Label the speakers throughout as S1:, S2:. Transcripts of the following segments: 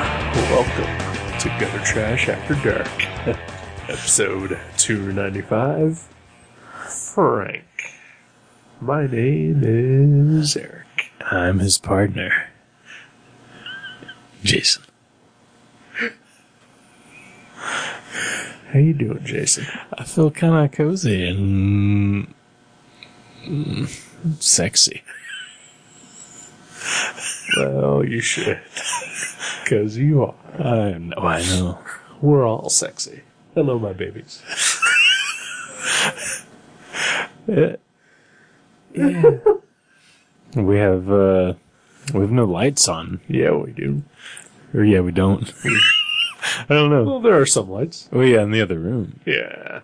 S1: Welcome to Gutter Trash After Dark, episode 295. Frank. My name is Eric.
S2: I'm his partner, Jason.
S1: How you doing, Jason?
S2: I feel kind of cozy and mm, sexy.
S1: Well, you should. Because you are.
S2: I know. I know.
S1: We're all sexy. Hello, my babies.
S2: We have uh, we have no lights on.
S1: Yeah, we do.
S2: Or yeah, we don't. I don't know.
S1: Well, there are some lights.
S2: Oh yeah, in the other room.
S1: Yeah.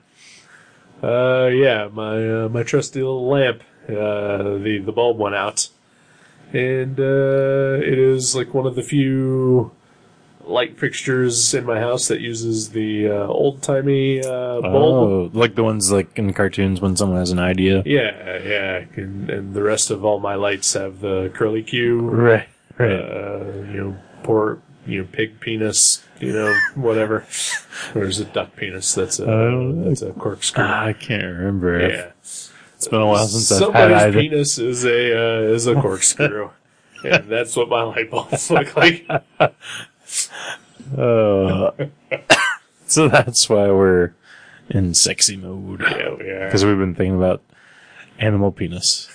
S1: Uh, yeah, my uh, my trusty little lamp. Uh, the the bulb went out, and uh, it is like one of the few light fixtures in my house that uses the uh, old timey uh, bulb.
S2: Oh, like the ones like in cartoons when someone has an idea.
S1: Yeah, yeah, and, and the rest of all my lights have the curly Q,
S2: Right.
S1: uh, you know, poor, you know, pig penis, you know, whatever. or is it duck penis? That's a,
S2: Uh, don't know. Ah,
S1: that's a corkscrew.
S2: I can't remember.
S1: yeah.
S2: It's been a while since I've had
S1: Somebody's
S2: either.
S1: penis is a uh, is a corkscrew, and that's what my light bulbs look like.
S2: Uh, so that's why we're in sexy mode.
S1: Yeah, we are.
S2: Because we've been thinking about animal penis.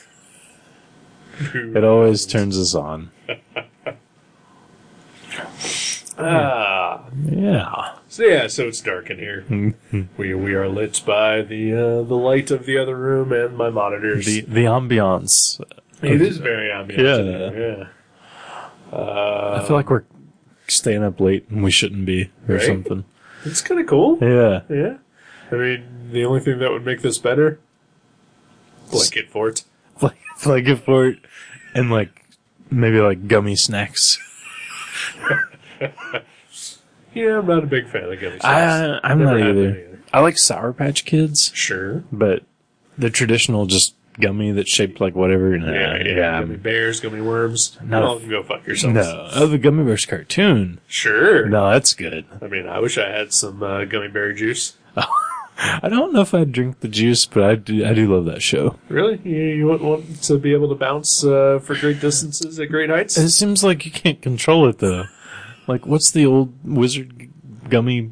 S2: It always turns us on.
S1: Ah,
S2: Yeah.
S1: so yeah, so it's dark in here.
S2: Mm-hmm.
S1: we we are lit by the uh, the light of the other room and my monitors.
S2: The the ambiance.
S1: it is very ambient.
S2: Yeah.
S1: Yeah. yeah.
S2: I
S1: Uh,
S2: feel like we're staying up late and we shouldn't be or
S1: Right?
S2: something.
S1: it's kind of cool.
S2: Yeah.
S1: Yeah. I mean, the only thing that would make this better, blanket fort.
S2: Like like a fort and like maybe like gummy snacks.
S1: Yeah, I'm not a big fan of gummy snacks.
S2: I uh, I'm
S1: Never
S2: not
S1: had them
S2: either. I like Sour Patch Kids,
S1: Sure.
S2: but the traditional just gummy that's shaped like whatever. Nah,
S1: Yeah, yeah, gummy
S2: yeah.
S1: bears, gummy worms.
S2: No.
S1: No, you can go fuck yourselves.
S2: No. Oh, the Gummy Bears cartoon.
S1: Sure.
S2: No, that's good.
S1: I mean, I wish I had some uh, gummy berry juice.
S2: I don't know if I'd drink the juice, but I do. I do love that show.
S1: Really? You, you wouldn't want to be able to bounce uh, for great distances at great heights?
S2: It seems like you can't control it though. Like, what's the old wizard g- gummy,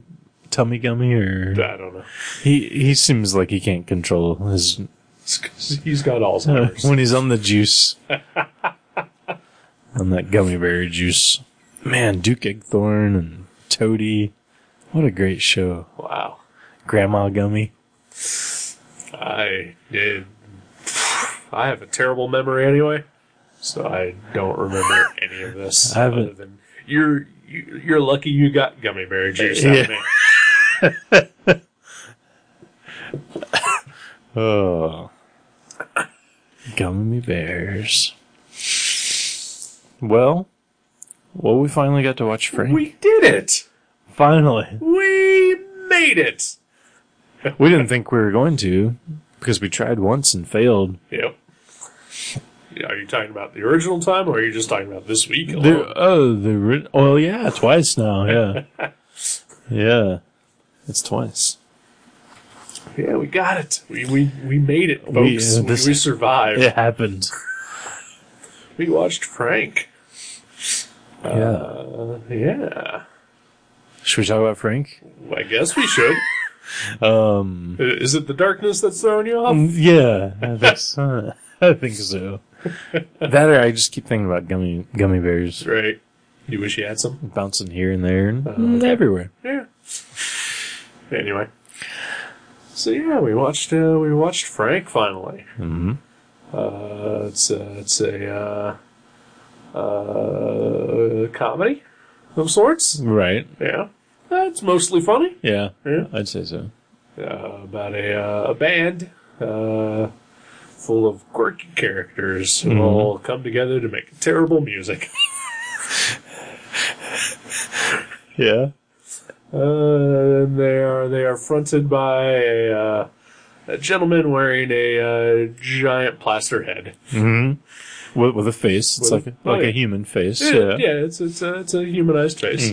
S2: tummy gummy, or
S1: I don't know.
S2: he? He seems like he can't control his
S1: It's 'cause he's got Alzheimer's.
S2: when he's on the juice, on that gummy berry juice. Man, Duke Eggthorn and Toady, what a great show.
S1: wow.
S2: Grandma Gummy.
S1: I did. I have a terrible memory anyway, so I don't remember any of this.
S2: I haven't-
S1: Other than you're you, you're lucky you got gummy berry juice out
S2: Yeah.
S1: of me.
S2: Oh. Gummy bears. Well, well, we finally got to watch Frank.
S1: We did it.
S2: finally.
S1: We made it.
S2: We didn't think we were going to because we tried once and failed.
S1: Yep. Yeah, Are you talking about the original time, or are you just talking about this week?
S2: The,
S1: alone?
S2: oh, the ri- well, yeah, twice now. Yeah, yeah, it's twice.
S1: yeah, we got it. We we, we made it, folks.
S2: We,
S1: We,
S2: uh, this-
S1: we survived.
S2: It happened.
S1: We watched Frank.
S2: yeah.
S1: Uh, yeah,
S2: Should we talk about Frank?
S1: I guess we should.
S2: Um.
S1: Is it the darkness that's throwing you off?
S2: Yeah, I think so. I think so. That or I just keep thinking about gummy gummy bears
S1: Right. You wish you had some?
S2: bouncing here and there and mm, everywhere.
S1: Yeah. Anyway. So yeah, we watched uh, we watched Frank finally.
S2: Mhm.
S1: Uh, it's a, it's a uh, uh, comedy of sorts.
S2: Right.
S1: Yeah. That's mostly funny.
S2: Yeah,
S1: Yeah.
S2: I'd say so.
S1: uh, about a, uh, a band uh, full of quirky characters who all come together to make terrible music.
S2: Yeah.
S1: Uh, and they are they are fronted by a, uh, a gentleman wearing a uh, giant plaster head.
S2: Mm-hmm. With, with a face, it's
S1: With
S2: like
S1: a-
S2: a, like
S1: oh, yeah.
S2: a human face.
S1: Yeah,
S2: Yeah. Mm-hmm.
S1: yeah, it's it's a, it's a humanized face,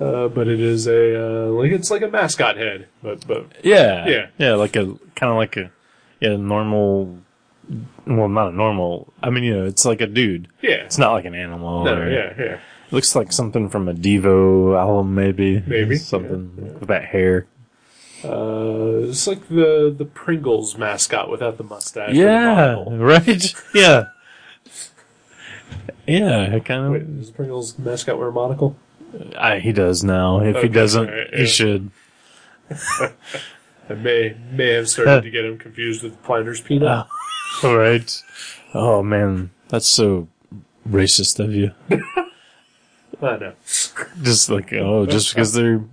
S1: uh, but it is a uh, like it's like a mascot head, but but
S2: Yeah.
S1: Yeah.
S2: like a kind of like a yeah normal. Well, not a normal. I mean, you know, it's like a dude.
S1: yeah,
S2: It's not like an animal.
S1: no,
S2: or-
S1: yeah, yeah,
S2: Looks like something from a Devo album, maybe.
S1: Maybe,
S2: something with that hair.
S1: Uh, it's like the the Pringles mascot without the mustache. or the
S2: yeah,
S1: monocle.
S2: right. Yeah, yeah. I kind
S1: Wait,
S2: of.
S1: does Pringles mascot wear a monocle?
S2: I, he does now. If
S1: Okay,
S2: he doesn't,
S1: alright, yeah.
S2: he should.
S1: I may may have started to get him confused with Planters Peanut.
S2: Ah. All right. Oh man, that's so racist of you.
S1: I know.
S2: Just like oh, just because they're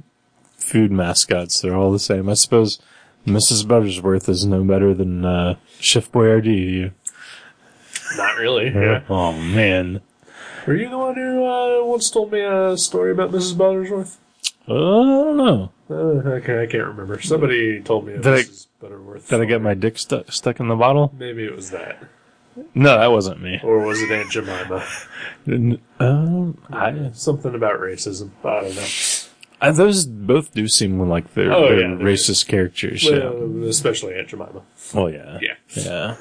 S2: food mascots, they're all the same. I suppose Mrs. Buttersworth is no better than uh, Chef Boyardee.
S1: Not really.
S2: Yeah.
S1: Yeah.
S2: Oh man.
S1: Were you the one who uh, once told me a story about Mrs. Butterworth?
S2: Oh, I don't know.
S1: Uh, okay, I can't remember. Somebody told me a
S2: Did I-
S1: Mrs. Butterworth.
S2: Did I get
S1: story.
S2: my dick stuck stuck in the bottle?
S1: Maybe it was that,
S2: No, that wasn't me.
S1: or was it Aunt Jemima?
S2: N- Um, I,
S1: Something about racism. I don't know.
S2: I, those both do seem like they're,
S1: Oh,
S2: they're
S1: yeah, they're-
S2: racist characters. yeah.
S1: Well, especially Aunt Jemima.
S2: Well, yeah.
S1: Yeah.
S2: Yeah.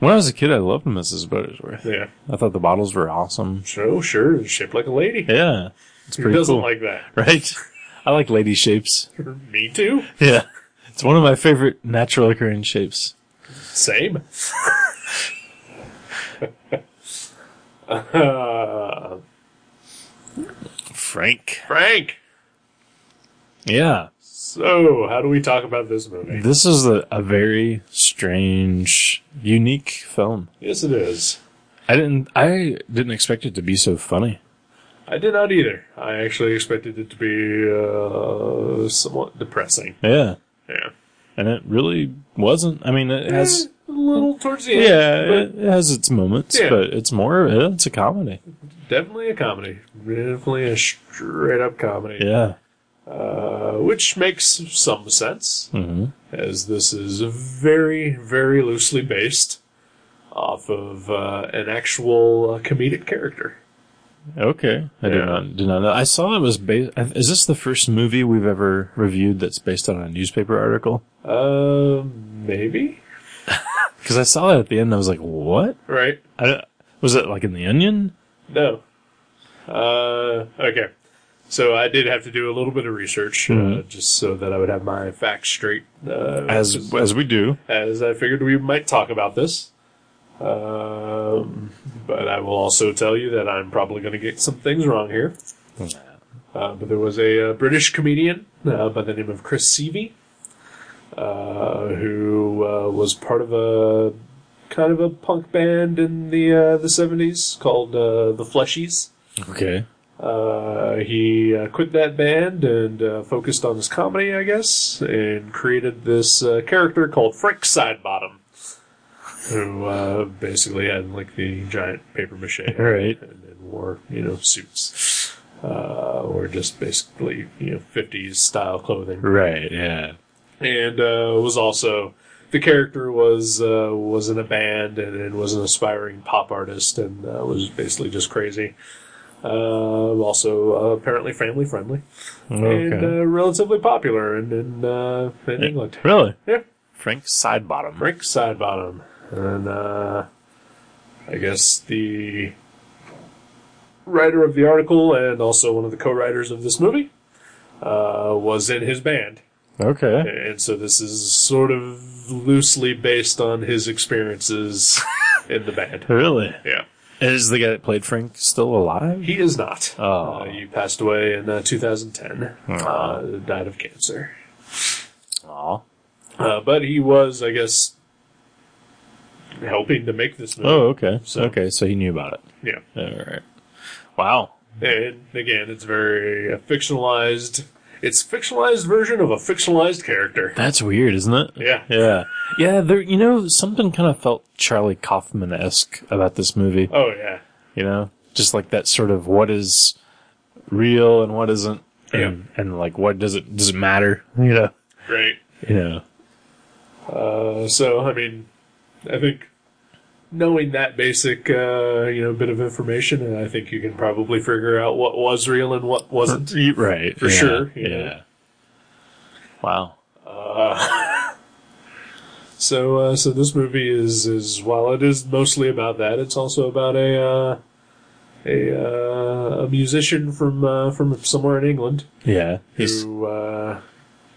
S2: When I was a kid, I loved Mrs. Buttersworth.
S1: Yeah.
S2: I thought the bottles were awesome.
S1: So sure, shaped like a lady.
S2: Yeah. It's
S1: Who
S2: pretty
S1: doesn't
S2: cool.
S1: like that?
S2: right? I like lady shapes.
S1: me too.
S2: Yeah. It's one of my favorite natural occurring shapes.
S1: Same. uh,
S2: Frank.
S1: Frank.
S2: Yeah.
S1: So, how do we talk about this movie?
S2: This is a, a very strange, unique film.
S1: Yes, it is.
S2: I didn't, I didn't expect it to be so funny.
S1: I did not either. I actually expected it to be uh, somewhat depressing.
S2: Yeah.
S1: Yeah,
S2: And it really wasn't. I mean, it has,
S1: Eh, a little towards the end.
S2: yeah,
S1: but
S2: it, it has its moments,
S1: Yeah.
S2: but it's more, it's a comedy.
S1: definitely a comedy. Definitely a straight up comedy.
S2: Yeah.
S1: Uh, which makes some sense,
S2: hmm
S1: as this is very, very loosely based off of uh, an actual uh, comedic character.
S2: Okay. I
S1: Yeah.
S2: did not did not know. I saw it was based. Is this the first movie we've ever reviewed that's based on a newspaper article?
S1: Uh, maybe?
S2: Because I saw that at the end. and I was like, what?
S1: Right?
S2: I, don't- was it like in the Onion?
S1: No. Uh, okay. So I did have to do a little bit of research uh,
S2: Mhm.
S1: just so that I would have my facts straight. Uh,
S2: As as we do.
S1: as I figured we might talk about this. Um, but I will also tell you that I'm probably going to get some things wrong here. Uh, but there was a uh, British comedian uh, by the name of Chris Seavey, uh, who uh, was part of a kind of a punk band in the uh, the 70s called uh, the Fleshies.
S2: Okay.
S1: Uh, he uh, quit that band and uh, focused on his comedy, I guess, and created this uh, character called Frank Sidebottom, who uh, basically had like the giant paper mache
S2: All right.
S1: and, and wore you know suits, uh, or just basically you know fifties style clothing,
S2: Right. Yeah.
S1: and uh, was also. The character was uh, was in a band and, and was an aspiring pop artist and uh, was basically just crazy. Uh, also, uh, apparently family friendly
S2: Okay. Eh,
S1: and uh, relatively popular in in, uh, in England.
S2: really.
S1: Yeah,
S2: Frank Sidebottom.
S1: Frank Sidebottom, and uh, I guess the writer of the article and also one of the co-writers of this movie uh, was in his band,
S2: Okay.
S1: and so this is sort of loosely based on his experiences in the band.
S2: Really.
S1: Yeah.
S2: Is the guy that played Frank still alive?
S1: He is not.
S2: Oh.
S1: Uh, he passed away in uh, 2010. Uh,
S2: Aw.
S1: died of cancer.
S2: Aw.
S1: Uh, but he was, I guess, helping to make this movie.
S2: Oh, okay.
S1: So-
S2: okay, so he knew about it.
S1: Yeah.
S2: All right. Wow.
S1: And again, it's very uh, fictionalized. It's fictionalized version of a fictionalized character.
S2: That's weird, isn't it?
S1: Yeah.
S2: Yeah. Yeah, there, you know, something kind of felt Charlie Kaufman esque about this movie.
S1: Oh yeah.
S2: You know, just like that sort of what is real and what isn't.
S1: Yeah.
S2: And, and like, what does it, does it matter? You know?
S1: Great.
S2: You know.
S1: Uh, so I mean, I think knowing that basic uh, you know bit of information, I think you can probably figure out what was real and what wasn't.
S2: Right.
S1: For
S2: yeah,
S1: sure,
S2: Yeah.
S1: you know.
S2: Wow.
S1: So uh, so this movie is is while it is mostly about that, it's also about a uh, a uh, a musician from uh, from somewhere in England
S2: Yeah. He's,
S1: who uh,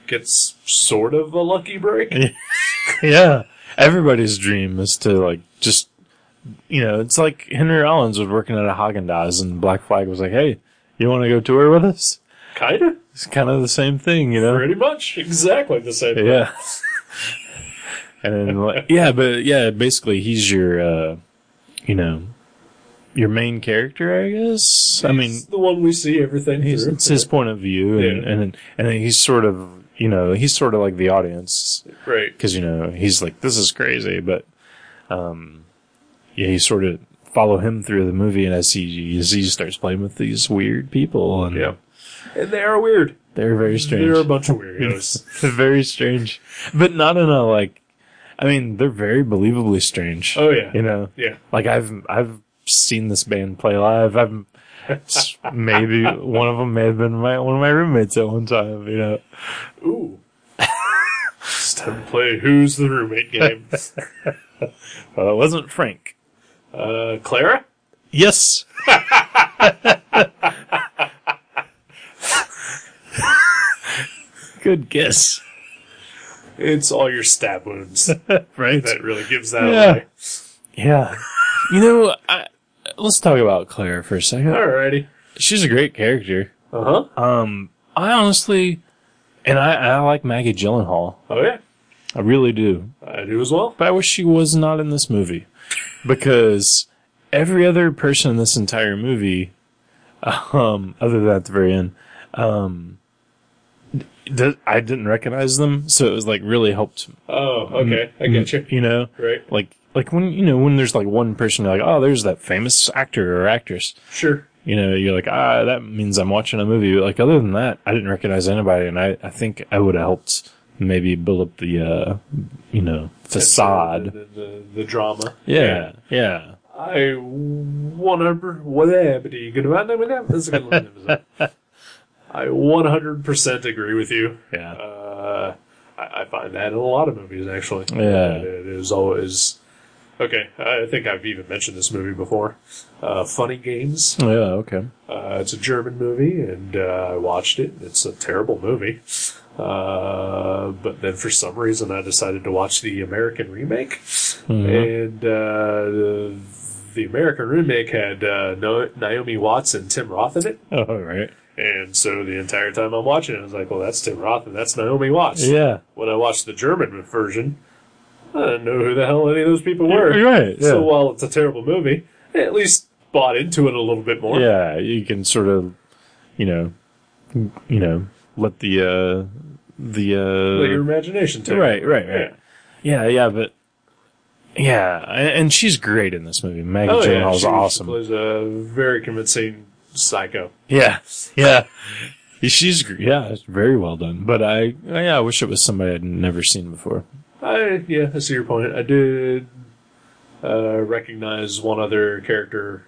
S1: gets sort of a lucky break.
S2: yeah. Everybody's dream is to like just, you know, it's like Henry Rollins was working at a Haagen Dazs and Black Flag was like, hey, you want to go tour with us?
S1: Kinda,
S2: It's kind of the same thing, you know?
S1: pretty much, exactly the same. thing.
S2: Yeah. and then, like, yeah, but yeah, basically he's your, uh, you know, your main character, I guess. I mean,
S1: It's the one we see everything
S2: he's,
S1: through.
S2: it's his point of view, and,
S1: Yeah.
S2: and then and then he's sort of, you know, he's sort of like the audience
S1: right.
S2: because you know he's like, this is crazy, but, um, yeah, you sort of follow him through the movie, and as he as he starts playing with these weird people, and
S1: Yeah, and they are weird.
S2: they're very strange.
S1: They're a bunch of weirdos.
S2: very strange, but not in a like. I mean, they're very believably strange.
S1: Oh, yeah.
S2: you know,
S1: yeah,
S2: like I've I've seen this band play live. I've s- maybe one of them may have been my one of my roommates at one time. You know,
S1: ooh. it's time to play Who's the Roommate game.
S2: well, it wasn't Frank.
S1: Uh, Clara?
S2: Yes. Good guess,
S1: It's all your stab wounds
S2: right?
S1: that really gives that
S2: Yeah.
S1: away.
S2: Yeah, you know, I, let's talk about Claire for a second.
S1: Alrighty.
S2: She's a great character.
S1: Uh huh.
S2: Um, I honestly, and I, I like Maggie Gyllenhaal.
S1: Oh yeah,
S2: I really do.
S1: I do as well.
S2: But I wish she was not in this movie because every other person in this entire movie, um, other than at the very end, um, d- I didn't recognize them. So it was like really helped, Mm-hmm.
S1: Oh, okay, I get you.
S2: you know,
S1: Right,
S2: like, like when, you know, when there's like one person, you're like, oh, there's that famous actor or actress.
S1: sure.
S2: you know, you're like, ah, that means I'm watching a movie. But like, other than that, I didn't recognize anybody, and I, I think I would have helped maybe build up the, uh, you know,
S1: uh, The,
S2: facade.
S1: the, the, the drama.
S2: Yeah, yeah.
S1: I wanna whatever you gonna about that with that? That's a good line, isn't it? I one hundred percent agree with you.
S2: Yeah.
S1: Uh, I, I find that in a lot of movies actually.
S2: Yeah.
S1: That it is always okay. I think I've even mentioned this movie before. Uh, Funny Games.
S2: Yeah, okay.
S1: Uh, it's a German movie, and uh, I watched it. It's a terrible movie. Uh, but then for some reason, I decided to watch the American remake. And uh, the, the American remake had uh, no- Naomi Watts and Tim Roth in it.
S2: Oh, all right.
S1: And so the entire time I'm watching it, I was like, well, that's Tim Roth and that's Naomi Watts.
S2: Yeah.
S1: When I watched the German version, I didn't know who the hell any of those people were.
S2: You're right, yeah.
S1: So while it's a terrible movie, I at least bought into it a little bit more.
S2: Yeah, you can sort of, you know, you know, let the, uh,
S1: Let your
S2: the,
S1: imagination
S2: uh,
S1: take.
S2: right, right,
S1: Yeah.
S2: right. Yeah, yeah, but, yeah, a- and she's great in this movie. Maggie
S1: Oh, yeah.
S2: Gyllenhaal's
S1: she
S2: awesome.
S1: was a very convincing psycho.
S2: Yeah, yeah. She's gr- yeah, it's very well done. But I oh, yeah, I wish it was somebody I'd never seen before.
S1: I yeah, I see your point. I did uh, recognize one other character,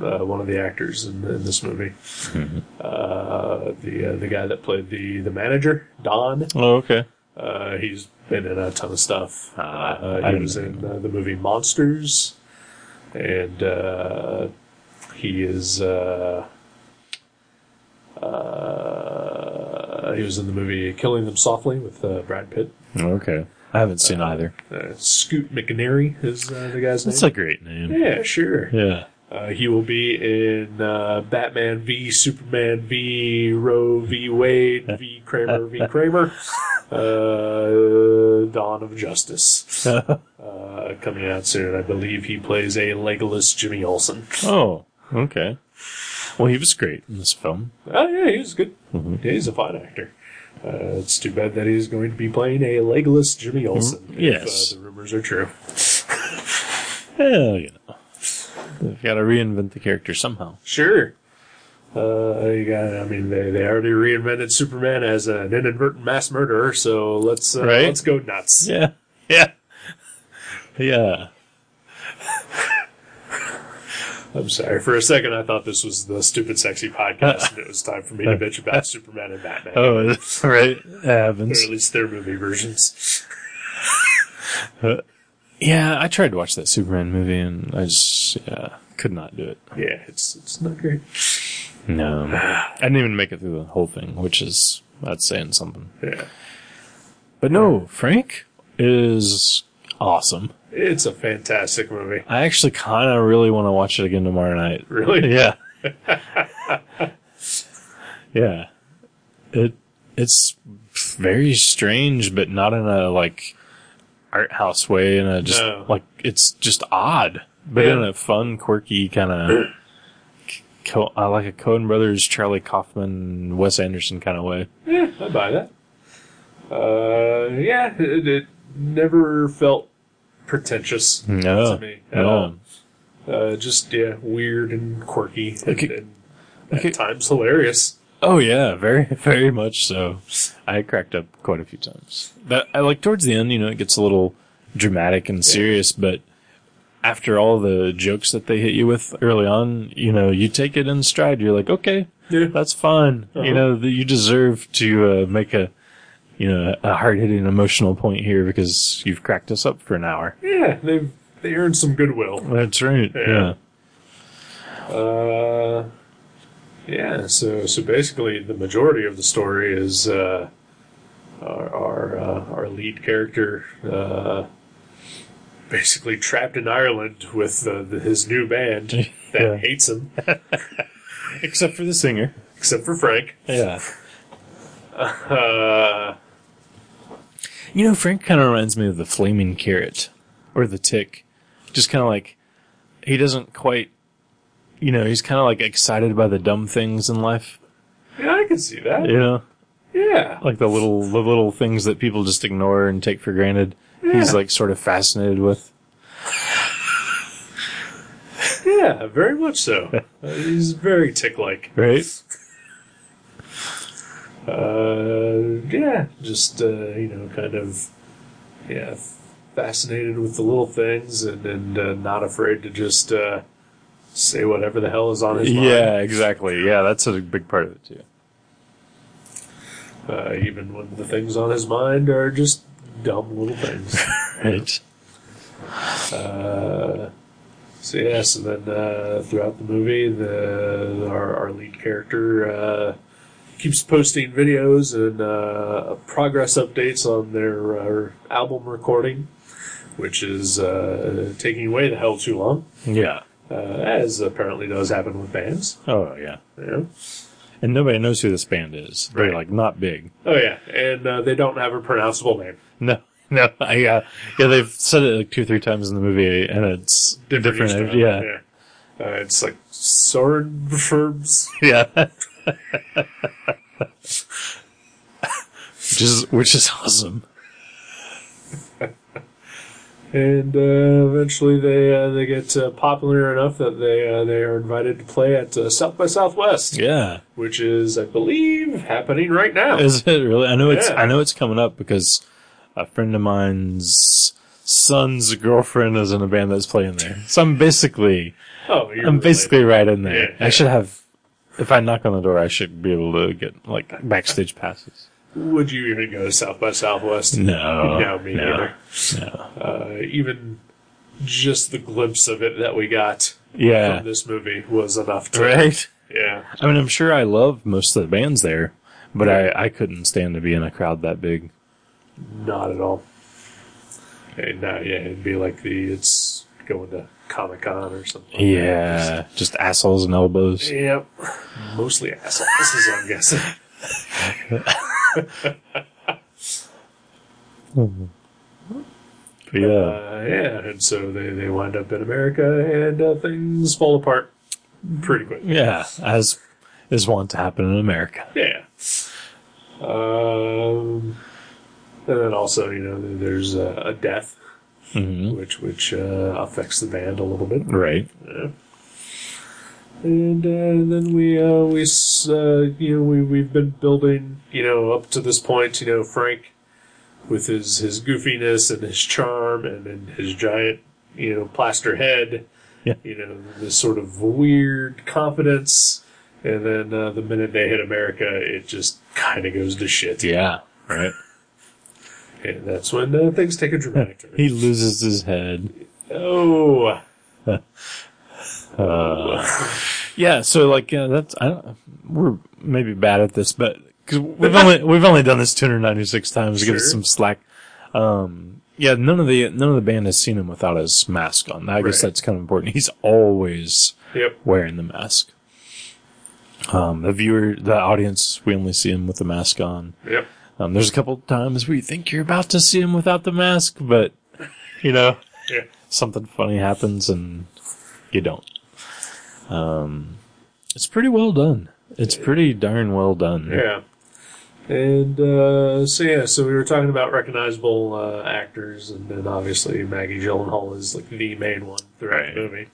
S1: uh, one of the actors in, in this movie.
S2: Mm-hmm.
S1: Uh, the uh, the guy that played the the manager, Don.
S2: Oh, okay.
S1: Uh, he's been in a ton of stuff.
S2: Ah, I
S1: Uh, he
S2: didn't
S1: was in uh, the movie Monsters, and uh, he is. Uh, uh, he was in the movie Killing Them Softly with uh, Brad Pitt.
S2: Okay. I haven't seen either.
S1: Uh, Scoot McNairy is uh, the guy's
S2: That's
S1: name.
S2: a great name.
S1: yeah, sure.
S2: Yeah.
S1: Uh, he will be in uh, Batman v Superman v Roe v Wade v Kramer v Kramer, uh, Dawn of Justice, uh, coming out soon. I believe he plays a legless Jimmy Olsen.
S2: Oh. Okay. Well, he was great in this film.
S1: Oh yeah, he was good. Yeah, he's a fine actor. Uh, it's too bad that he's going to be playing a legless Jimmy Olsen.
S2: yes.
S1: if, uh, the rumors are true.
S2: Well, you know, they've got to reinvent the character somehow.
S1: Sure. Uh, you got, I mean, they, they already reinvented Superman as an inadvertent mass murderer, so let's uh,
S2: Right.
S1: let's go nuts.
S2: Yeah. Yeah. Yeah.
S1: I'm sorry. For a second, I thought this was the stupid sexy podcast, and it was time for me to bitch about Superman and Batman,
S2: Oh, that's right. It
S1: or
S2: happens.
S1: at least their movie versions.
S2: Yeah, I tried to watch that Superman movie and I just yeah, could not do it.
S1: Yeah, it's it's not great.
S2: No. I didn't even make it through the whole thing, which is that's saying something.
S1: Yeah,
S2: But no, Frank is awesome.
S1: it's a fantastic movie.
S2: I actually kind of really want to watch it again tomorrow night.
S1: Really?
S2: Yeah. yeah. It it's very strange, but not in a like art house way. In a just
S1: No.
S2: like it's just odd, but
S1: Yeah.
S2: in a fun, quirky kind of. Co- I like a Coen Brothers, Charlie Kaufman, Wes Anderson kind of way.
S1: Yeah, I buy that. Uh, yeah, it, it never felt pretentious
S2: No,
S1: to me at all.
S2: no,
S1: Uh, just yeah, weird and quirky, and,
S2: Okay.
S1: and
S2: Okay.
S1: at times hilarious.
S2: oh yeah, very, very much so. I cracked up quite a few times. That I like towards the end, you know, it gets a little dramatic and serious, but after all the jokes that they hit you with early on, you know, you take it in stride. You're like, okay,
S1: Yeah.
S2: that's fine.
S1: Uh-huh.
S2: You know, that you deserve to uh, make a, you know, a hard hitting emotional point here because you've cracked us up for an hour.
S1: Yeah, they they earned some goodwill.
S2: That's right.
S1: Yeah.
S2: Yeah.
S1: Uh, yeah. So so basically, the majority of the story is uh, our our, uh, our lead character uh, basically trapped in Ireland with uh, the, his new band that
S2: Yeah.
S1: hates him,
S2: Except for the singer.
S1: except for Frank.
S2: Yeah.
S1: Uh,
S2: You know, Frank kind of reminds me of the flaming carrot or the tick. Just kind of like, he doesn't quite, you know, he's kind of like excited by the dumb things in life,
S1: yeah, I can see that.
S2: you know,
S1: Yeah.
S2: like the little, the little things that people just ignore and take for granted.
S1: Yeah.
S2: He's like sort of fascinated with.
S1: Yeah, very much so. Uh, he's very tick-like.
S2: Right?
S1: Uh, yeah, just uh, you know, kind of yeah, fascinated with the little things and and uh, not afraid to just uh, say whatever the hell is on his mind.
S2: Yeah, exactly. Yeah, that's a big part of it too.
S1: Uh, even when the things on his mind are just dumb little things.
S2: Right.
S1: Uh, so yeah, so then uh, throughout the movie, the our, our lead character uh, keeps posting videos and uh, progress updates on their uh, album recording, which is uh, taking way the hell too long,
S2: Yeah.
S1: uh, as apparently does happen with bands.
S2: Oh, yeah.
S1: You know?
S2: And nobody knows who this band is. They're
S1: Right.
S2: like not big.
S1: Oh yeah, and uh, they don't have a pronounceable name.
S2: No, no, I, uh, yeah, they've said it like two or three times in the movie, and it's different.
S1: each time,
S2: yeah,
S1: yeah. Uh, it's like Soren Verbs.
S2: yeah. which is which is awesome.
S1: and uh, eventually they uh, they get uh, popular enough that they uh, they are invited to play at uh, South by Southwest,
S2: Yeah,
S1: which is I believe happening right now.
S2: is it really? I know it's
S1: Yeah.
S2: I know it's coming up because a friend of mine's son's girlfriend is in a band that's playing there. So I'm basically
S1: oh, you're
S2: I'm
S1: related.
S2: basically right in there.
S1: Yeah, yeah.
S2: I should have. If I knock on the door, I should be able to get like backstage passes.
S1: Would you even go to South by Southwest?
S2: No,
S1: no, me
S2: no.
S1: neither. Uh, even just the glimpse of it that we got
S2: Yeah,
S1: from this movie was enough to
S2: right.
S1: yeah.
S2: I mean, I'm sure I love most of the bands there, but I, I couldn't stand to be in a crowd that big.
S1: Not at all. And uh, yeah, it'd be like the it's going to Comic Con or something.
S2: Yeah, just assholes and elbows.
S1: Yep. Mostly assholes, is what I'm guessing.
S2: Yeah,
S1: Uh, yeah, and so they, they wind up in America and uh, things fall apart. pretty quick.
S2: Yeah, as is wont to happen in America.
S1: Yeah. Um, and then also, you know, there's a, a death,
S2: Mm-hmm.
S1: which which uh, affects the band a little bit.
S2: Right.
S1: And uh, then we uh, we s- uh, you know we we've been building you know up to this point you know Frank with his his goofiness and his charm and, and his giant you know plaster head
S2: Yeah.
S1: you know this sort of weird confidence and then uh, the minute they hit America it just kind of goes to shit
S2: Yeah. Right.
S1: and that's when uh, things take a dramatic turn
S2: He loses his head.
S1: oh
S2: Yeah. So like yeah, that's I don't, we're maybe bad at this, but because we've only we've only done this 296 times. Give us
S1: Sure.
S2: some slack. Um. Yeah. None of the none of the band has seen him without his mask on. I guess
S1: Right.
S2: that's kind of important. He's always
S1: yep
S2: wearing the mask. Um, the viewer, the audience, we only see him with the mask on.
S1: yep
S2: Um, there's a couple times where you think you're about to see him without the mask, but you know
S1: yeah
S2: something funny happens and you don't. Um, it's pretty well done. It's pretty darn well done.
S1: Yeah. And uh, so yeah, so we were talking about recognizable uh, actors, and then obviously Maggie Gyllenhaal is like the main one throughout
S2: Right.
S1: the movie.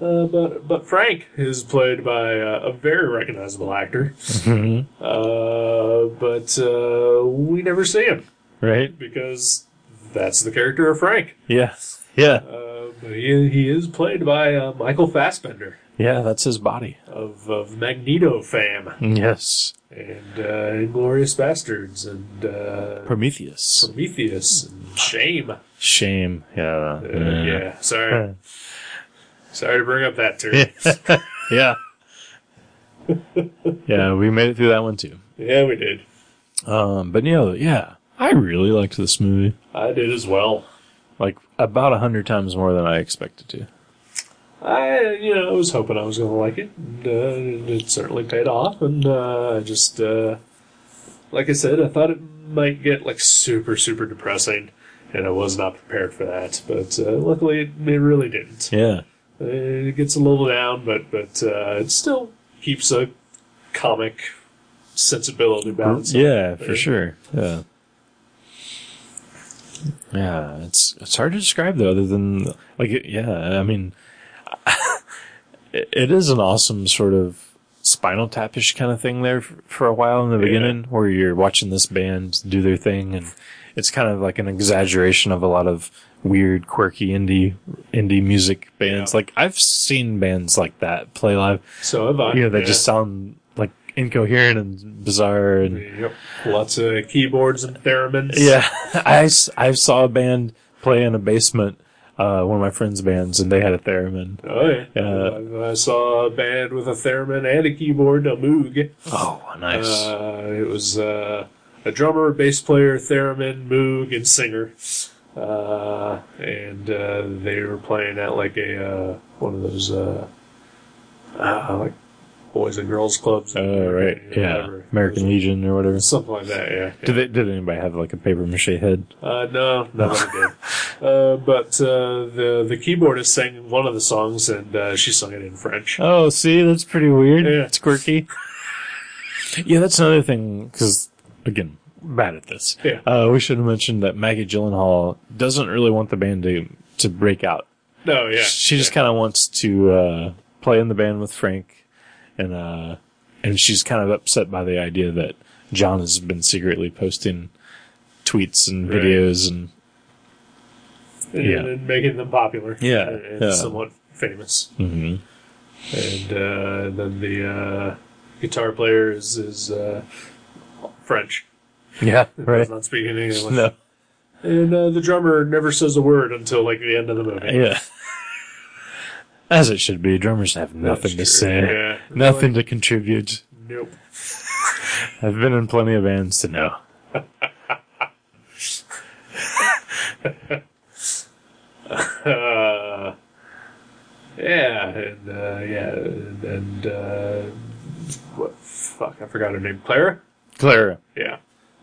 S1: Uh, but but Frank is played by uh, a very recognizable actor,
S2: Mhm.
S1: uh, but uh, we never see him
S2: Right?
S1: because that's the character of Frank.
S2: Yeah. Yeah.
S1: Uh, but he, he is played by uh, Michael Fassbender
S2: Yeah. That's his body.
S1: of of Magneto fame
S2: Yes.
S1: and uh, Inglorious Bastards and uh,
S2: Prometheus.
S1: Prometheus and Shame.
S2: Shame. Yeah.
S1: Uh, yeah, sorry. sorry to bring up that term. Yeah,
S2: yeah. yeah. We made it through that one too.
S1: we did.
S2: Um, but you know, yeah, I really liked this movie.
S1: I did as well.
S2: Like about a hundred times more than I expected to.
S1: I, you know, I was hoping I was going to like it, and uh, it certainly paid off. And uh, I just, uh, like I said, I thought it might get like super, super depressing, and I was not prepared for that. But uh, luckily, it, it really didn't.
S2: Yeah.
S1: Uh, It gets a little down, but but uh, it still keeps a comic sensibility balance.
S2: Mm-hmm. yeah, for
S1: Yeah.
S2: sure. Yeah. Yeah, it's it's hard to describe though, other than like, it- yeah, I mean, it, it is an awesome sort of spinal tapish kind of thing there for, for a while in the
S1: Yeah.
S2: beginning, where you're watching this band do their thing, and it's kind of like an exaggeration of a lot of weird, quirky indie indie music bands.
S1: Yeah.
S2: Like I've seen bands like that play live,
S1: So have I.
S2: you know, that
S1: yeah.
S2: just sound like incoherent and bizarre and.
S1: Yep. Lots of keyboards and theremins.
S2: Yeah, I, s- I saw a band play in a basement, uh, one of my friend's bands, and they had a theremin.
S1: Oh yeah.
S2: Yeah.
S1: I, I saw a band with a theremin and a keyboard, a Moog.
S2: Oh,
S1: Uh, it was uh, a drummer, bass player, theremin, Moog, and singer. Uh, and uh, they were playing at like a uh, one of those uh, uh, like boys and girls clubs.
S2: oh, right. Yeah,
S1: whatever.
S2: American Legion or whatever.
S1: Something like that. Yeah.
S2: Did they, did anybody have like a paper mache head?
S1: Uh, no, no, I did. Uh, but uh, the the keyboardist sang one of the songs, and uh, she sung it in French.
S2: Oh, see, that's pretty weird.
S1: Yeah.
S2: It's quirky. yeah, that's another thing because again, bad at this.
S1: Yeah.
S2: Uh, we should have mentioned that Maggie Gyllenhaal doesn't really want the band to to break out.
S1: No, yeah,
S2: she just kind of wants to uh, play in the band with Frank, and uh, and she's kind of upset by the idea that John has been secretly posting tweets and
S1: Right.
S2: videos and
S1: and,
S2: yeah.
S1: and making them popular.
S2: Yeah,
S1: and, and
S2: yeah.
S1: somewhat famous.
S2: mm-hmm.
S1: And uh, then the uh, guitar player is is uh, French.
S2: yeah,
S1: Does
S2: right.
S1: not speak any English.
S2: No,
S1: And uh, the drummer never says a word until like the end of the movie.
S2: yeah. As it should be, drummers have nothing to
S1: That's true.
S2: say,
S1: Yeah.
S2: nothing to contribute.
S1: Nope.
S2: I've been in plenty of bands to know.
S1: uh, yeah, and uh, yeah, and, and uh, what? Fuck, I forgot her name. Clara.
S2: Clara,
S1: Yeah.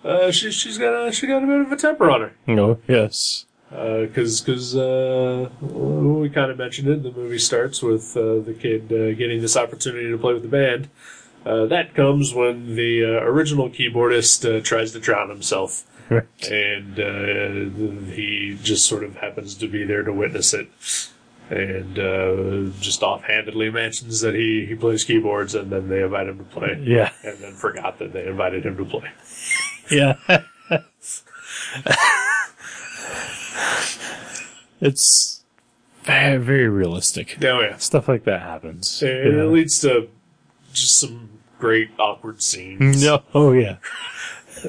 S1: Uh, she, she's got a, she got a bit of a temper on her.
S2: no, Oh, yes,
S1: because because uh, we kind of mentioned it. The movie starts with uh, the kid uh, getting this opportunity to play with the band. Uh, that comes when the uh, original keyboardist uh, tries to drown himself,
S2: Right.
S1: and uh, he just sort of happens to be there to witness it, and uh, just offhandedly mentions that he he plays keyboards, and then they invite him to play.
S2: Yeah.
S1: And then forgot that they invited him to play.
S2: Yeah. it's very, very realistic.
S1: Oh yeah,
S2: Stuff like that happens.
S1: And
S2: you
S1: it
S2: know?
S1: leads to just some great awkward scenes.
S2: No. Oh, yeah.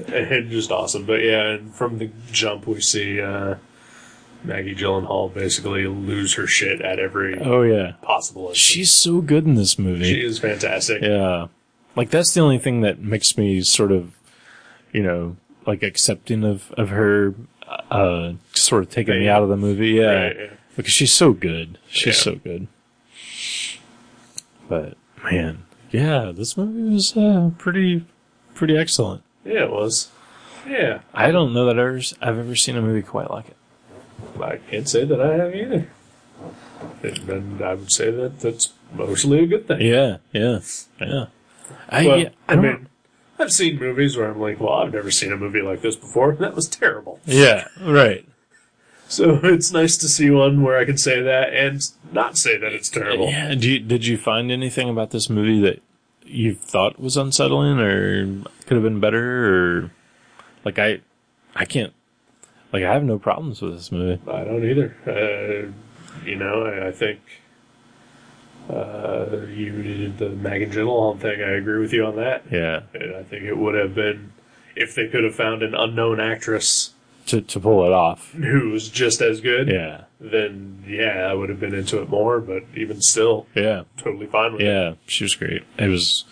S1: And just awesome. But yeah, and from the jump we see uh, Maggie Gyllenhaal basically lose her shit at every
S2: Oh, yeah.
S1: possible instance.
S2: She's so good in this movie.
S1: She is fantastic.
S2: Yeah. Like that's the only thing that makes me sort of, you know, like accepting of, of her, uh, sort of taking me
S1: Yeah.
S2: out of the movie. Yeah.
S1: Right, yeah.
S2: Because she's so good. She's
S1: Yeah.
S2: so good. But man, yeah, this movie was, uh, pretty, pretty excellent.
S1: Yeah, it was. Yeah.
S2: I don't know that I've ever, I've ever seen a movie quite like it.
S1: I can't say that I have either. And, and I would say that that's mostly a good thing.
S2: Yeah. Yeah. Yeah. I,
S1: Well,
S2: yeah,
S1: I,
S2: I don't,
S1: mean, I've seen movies where I'm like, well, I've never seen a movie like this before. That was terrible.
S2: yeah, right.
S1: So it's nice to see one where I can say that and not say that it's terrible.
S2: Yeah. Do you, did you find anything about this movie that you thought was unsettling, or could have been better, or like I, I can't, like I have no problems with this movie.
S1: I don't either. Uh, you know, I, I think uh, you did the Mag and Gyllenhaal thing. I agree with you on that.
S2: Yeah.
S1: And I think it would have been if they could have found an unknown actress
S2: To to pull it off.
S1: who was just as good.
S2: Yeah.
S1: Then yeah, I would have been into it more. But even still,
S2: Yeah.
S1: totally fine with it.
S2: Yeah. She was great. It was.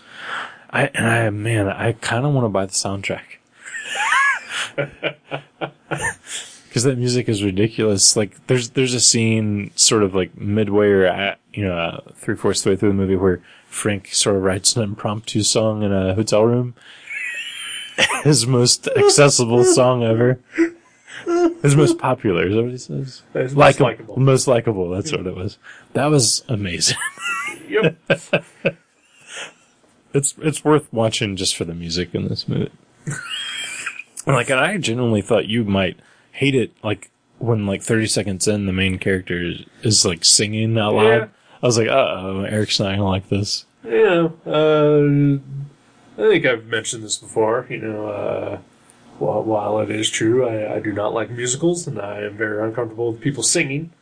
S2: I and I man, I kind of want to buy the soundtrack. Because that music is ridiculous. Like, there's there's a scene sort of like midway or at, you know uh, three fourths of the way through the movie where Frank sort of writes an impromptu song in a hotel room. His most accessible song ever. His most popular. Is that what he says?
S1: It's most
S2: Likeable.
S1: likable.
S2: Most likable. That's what it was. That was amazing.
S1: Yep.
S2: It's it's worth watching just for the music in this movie. like, and I genuinely thought you might hate it. Like when like thirty seconds in, the main character is, is like singing out loud.
S1: Yeah.
S2: I was like, uh oh, Eric's not gonna like this.
S1: Yeah, uh, I think I've mentioned this before. You know, uh, while, while it is true, I, I do not like musicals, and I am very uncomfortable with people singing.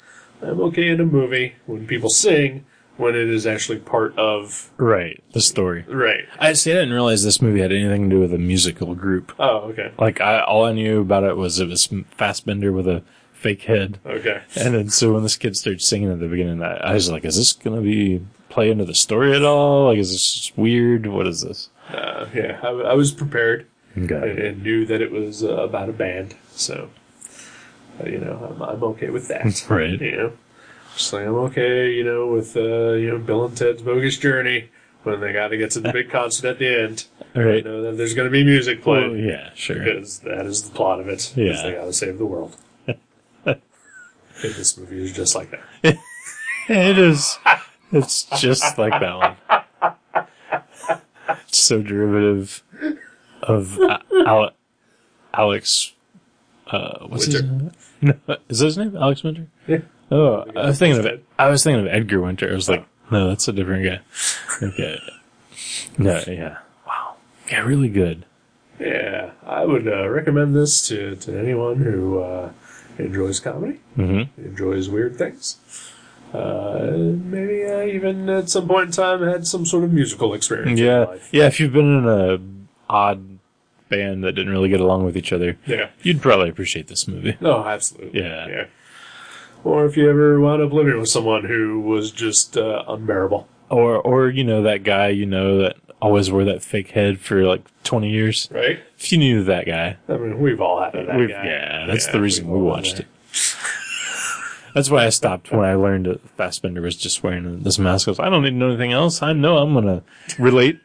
S1: I'm okay in a movie when people sing when it is actually part of
S2: Right, the story.
S1: right.
S2: I see. I didn't realize this movie had anything to do with a musical group.
S1: Oh, okay,
S2: Like, I all I knew about it was it was Fassbender with a fake head.
S1: okay,
S2: And then, so when this kid starts singing at the beginning, I, I was like, "Is this gonna be play into the story at all? Like, is this just weird? What is this?"
S1: uh, yeah. I, I was prepared and,
S2: Okay.
S1: and knew that it was uh, about a band, so uh, you know, I'm, I'm okay with that.
S2: Right.
S1: you know, just like I'm okay, you know, with uh, you know Bill and Ted's Bogus Journey when they got to get to the big concert at the end.
S2: All right.
S1: You know that there's going to be music
S2: Well,
S1: played
S2: yeah, sure.
S1: because that is the plot of it. 'cause
S2: Yeah.
S1: they got to save the world. and this movie is just like that.
S2: It is. It's just like that one. It's so derivative of uh, Ale- Alex. Uh, what's his
S1: Winter.
S2: name? No, is that his name Alex Winter?
S1: Yeah.
S2: Oh, I was thinking of
S1: Ed.
S2: it. I was thinking of Edgar Winter. I was like, no, that's a different guy. Okay. No, yeah. Wow. Yeah, really good.
S1: Yeah, I would uh, recommend this to, to anyone who uh, enjoys comedy,
S2: Mm-hmm.
S1: enjoys weird things. Uh, maybe uh, even at some point in time had some sort of musical experience. in
S2: Yeah,
S1: life.
S2: yeah. If you've been in a odd band that didn't really get along with each other,
S1: yeah.
S2: you'd probably appreciate this movie.
S1: Oh, absolutely.
S2: Yeah.
S1: Yeah. Or if you ever wound up living with someone who was just uh, unbearable.
S2: Or, or you know that guy you know that always wore that fake head for like twenty years.
S1: Right?
S2: If you knew that guy,
S1: I mean, we've all had that
S2: we've-
S1: guy.
S2: yeah, that's
S1: Yeah,
S2: the reason
S1: we've
S2: we
S1: all
S2: watched
S1: had
S2: it. That's why I stopped when I learned that Fassbender was just wearing this mask. I was, I don't need to know anything else. I know I'm gonna relate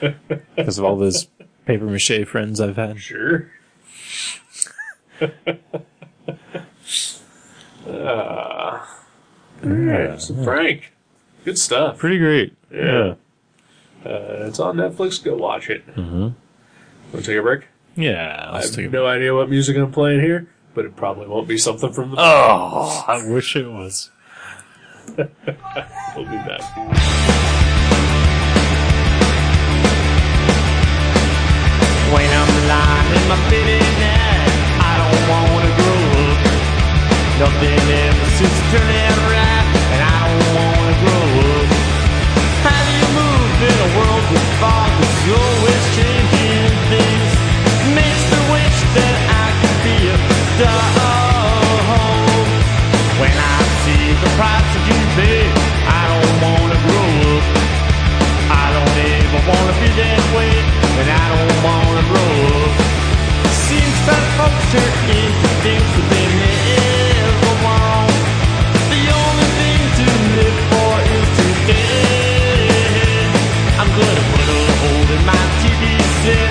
S2: because of all those paper
S1: Uh,
S2: mache friends I've had.
S1: Sure. Uh, yeah, so Frank, good stuff.
S2: Pretty great.
S1: Yeah. Uh, it's on Netflix. Go watch it.
S2: Mhm.
S1: Want to take a break?
S2: Yeah.
S1: I
S2: Let's
S1: have
S2: take a
S1: no idea what music I'm playing here, but it probably won't be something from the.
S2: Oh, I wish it was.
S1: we'll be back.
S3: When I'm lying in my fitted net, I don't wanna grow up. Nothing ever seems to turn out right, and I don't wanna grow up. Have you moved in a world with fog that's always changing things? Makes me wish that I could be a dog. When I see the price that you pay, I don't wanna grow up. I don't ever wanna be that way, and I don't wanna grow up. Seems that folks turn into things that they never want. The only thing to live for is today. I'm gonna put a hole in my TV set.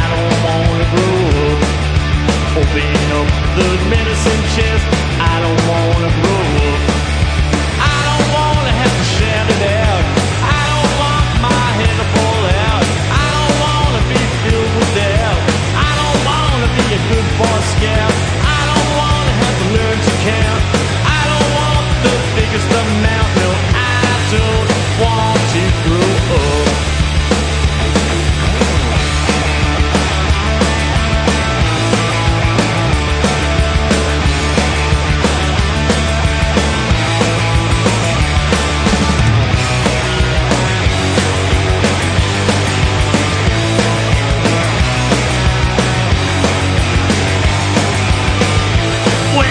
S3: I don't wanna grow up. Open up the medicine chest. I don't wanna grow up. I don't wanna have to shout it out. I don't want my head to fall out. I don't wanna be filled with doubt. I don't wanna be a good boy scout. I don't wanna have to learn to count. I don't want the biggest amount. No, I don't want to grow up. When,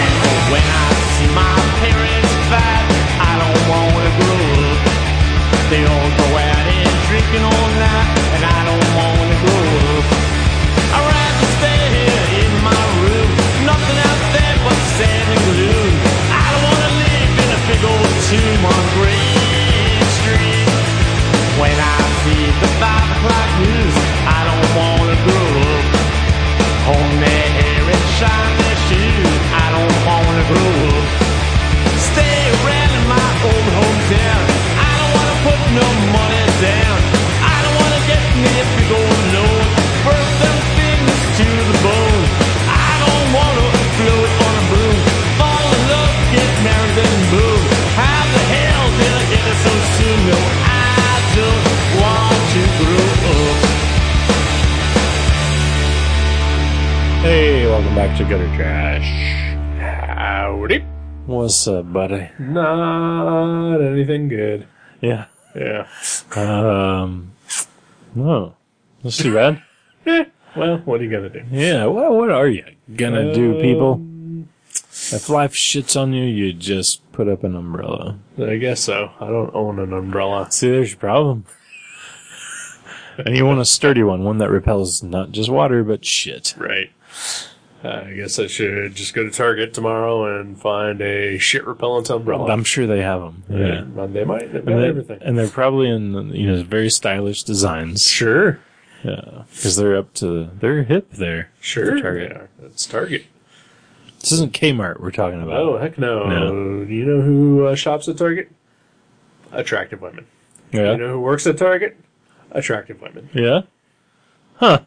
S3: when I see my parents fight, I don't wanna grow up. They all go out and drinking all night, and I don't wanna grow up. I'd rather stay here in my room, nothing out there but sand and gloom. I don't wanna live in a big old tomb on Green Street. When I see the five o'clock news, I don't wanna grow up. Comb their hair and shine their shoes. I don't wanna grow up. Stay around in my old hometown. I don't wanna put no money down. I don't wanna get me a big old loan. Burn them fingers to the bone. I don't wanna float on a broom. Fall in love, get married, then move. How the hell did I get it so soon? No, I don't want to grow up.
S2: Hey, welcome back to Gutter Trash.
S1: Howdy.
S2: What's up, buddy?
S1: Not anything good.
S2: Yeah.
S1: Yeah.
S2: Um. No, that's too bad.
S1: Eh, well, what are you gonna do?
S2: Yeah. Well, what are you gonna do, people?
S1: Um,
S2: If life shits on you, you just put up an umbrella.
S1: I guess so. I don't own an umbrella.
S2: See, there's your problem. and you want a sturdy one, one that repels not just water but shit.
S1: Right. Uh, I guess I should just go to Target tomorrow and find a shit repellent umbrella.
S2: I'm sure they have them. Yeah.
S1: Uh, They might. They've got
S2: And, they,
S1: everything.
S2: and they're probably in you know very stylish designs
S1: sure.
S2: because they're up to they're hip there.
S1: Sure.
S2: For Target.
S1: they are. That's Target.
S2: This isn't Kmart we're talking about.
S1: Oh, heck no.
S2: No.
S1: Do you know who uh, shops at Target? Attractive women.
S2: yeah,
S1: You know who works at Target? Attractive women.
S2: yeah. Huh?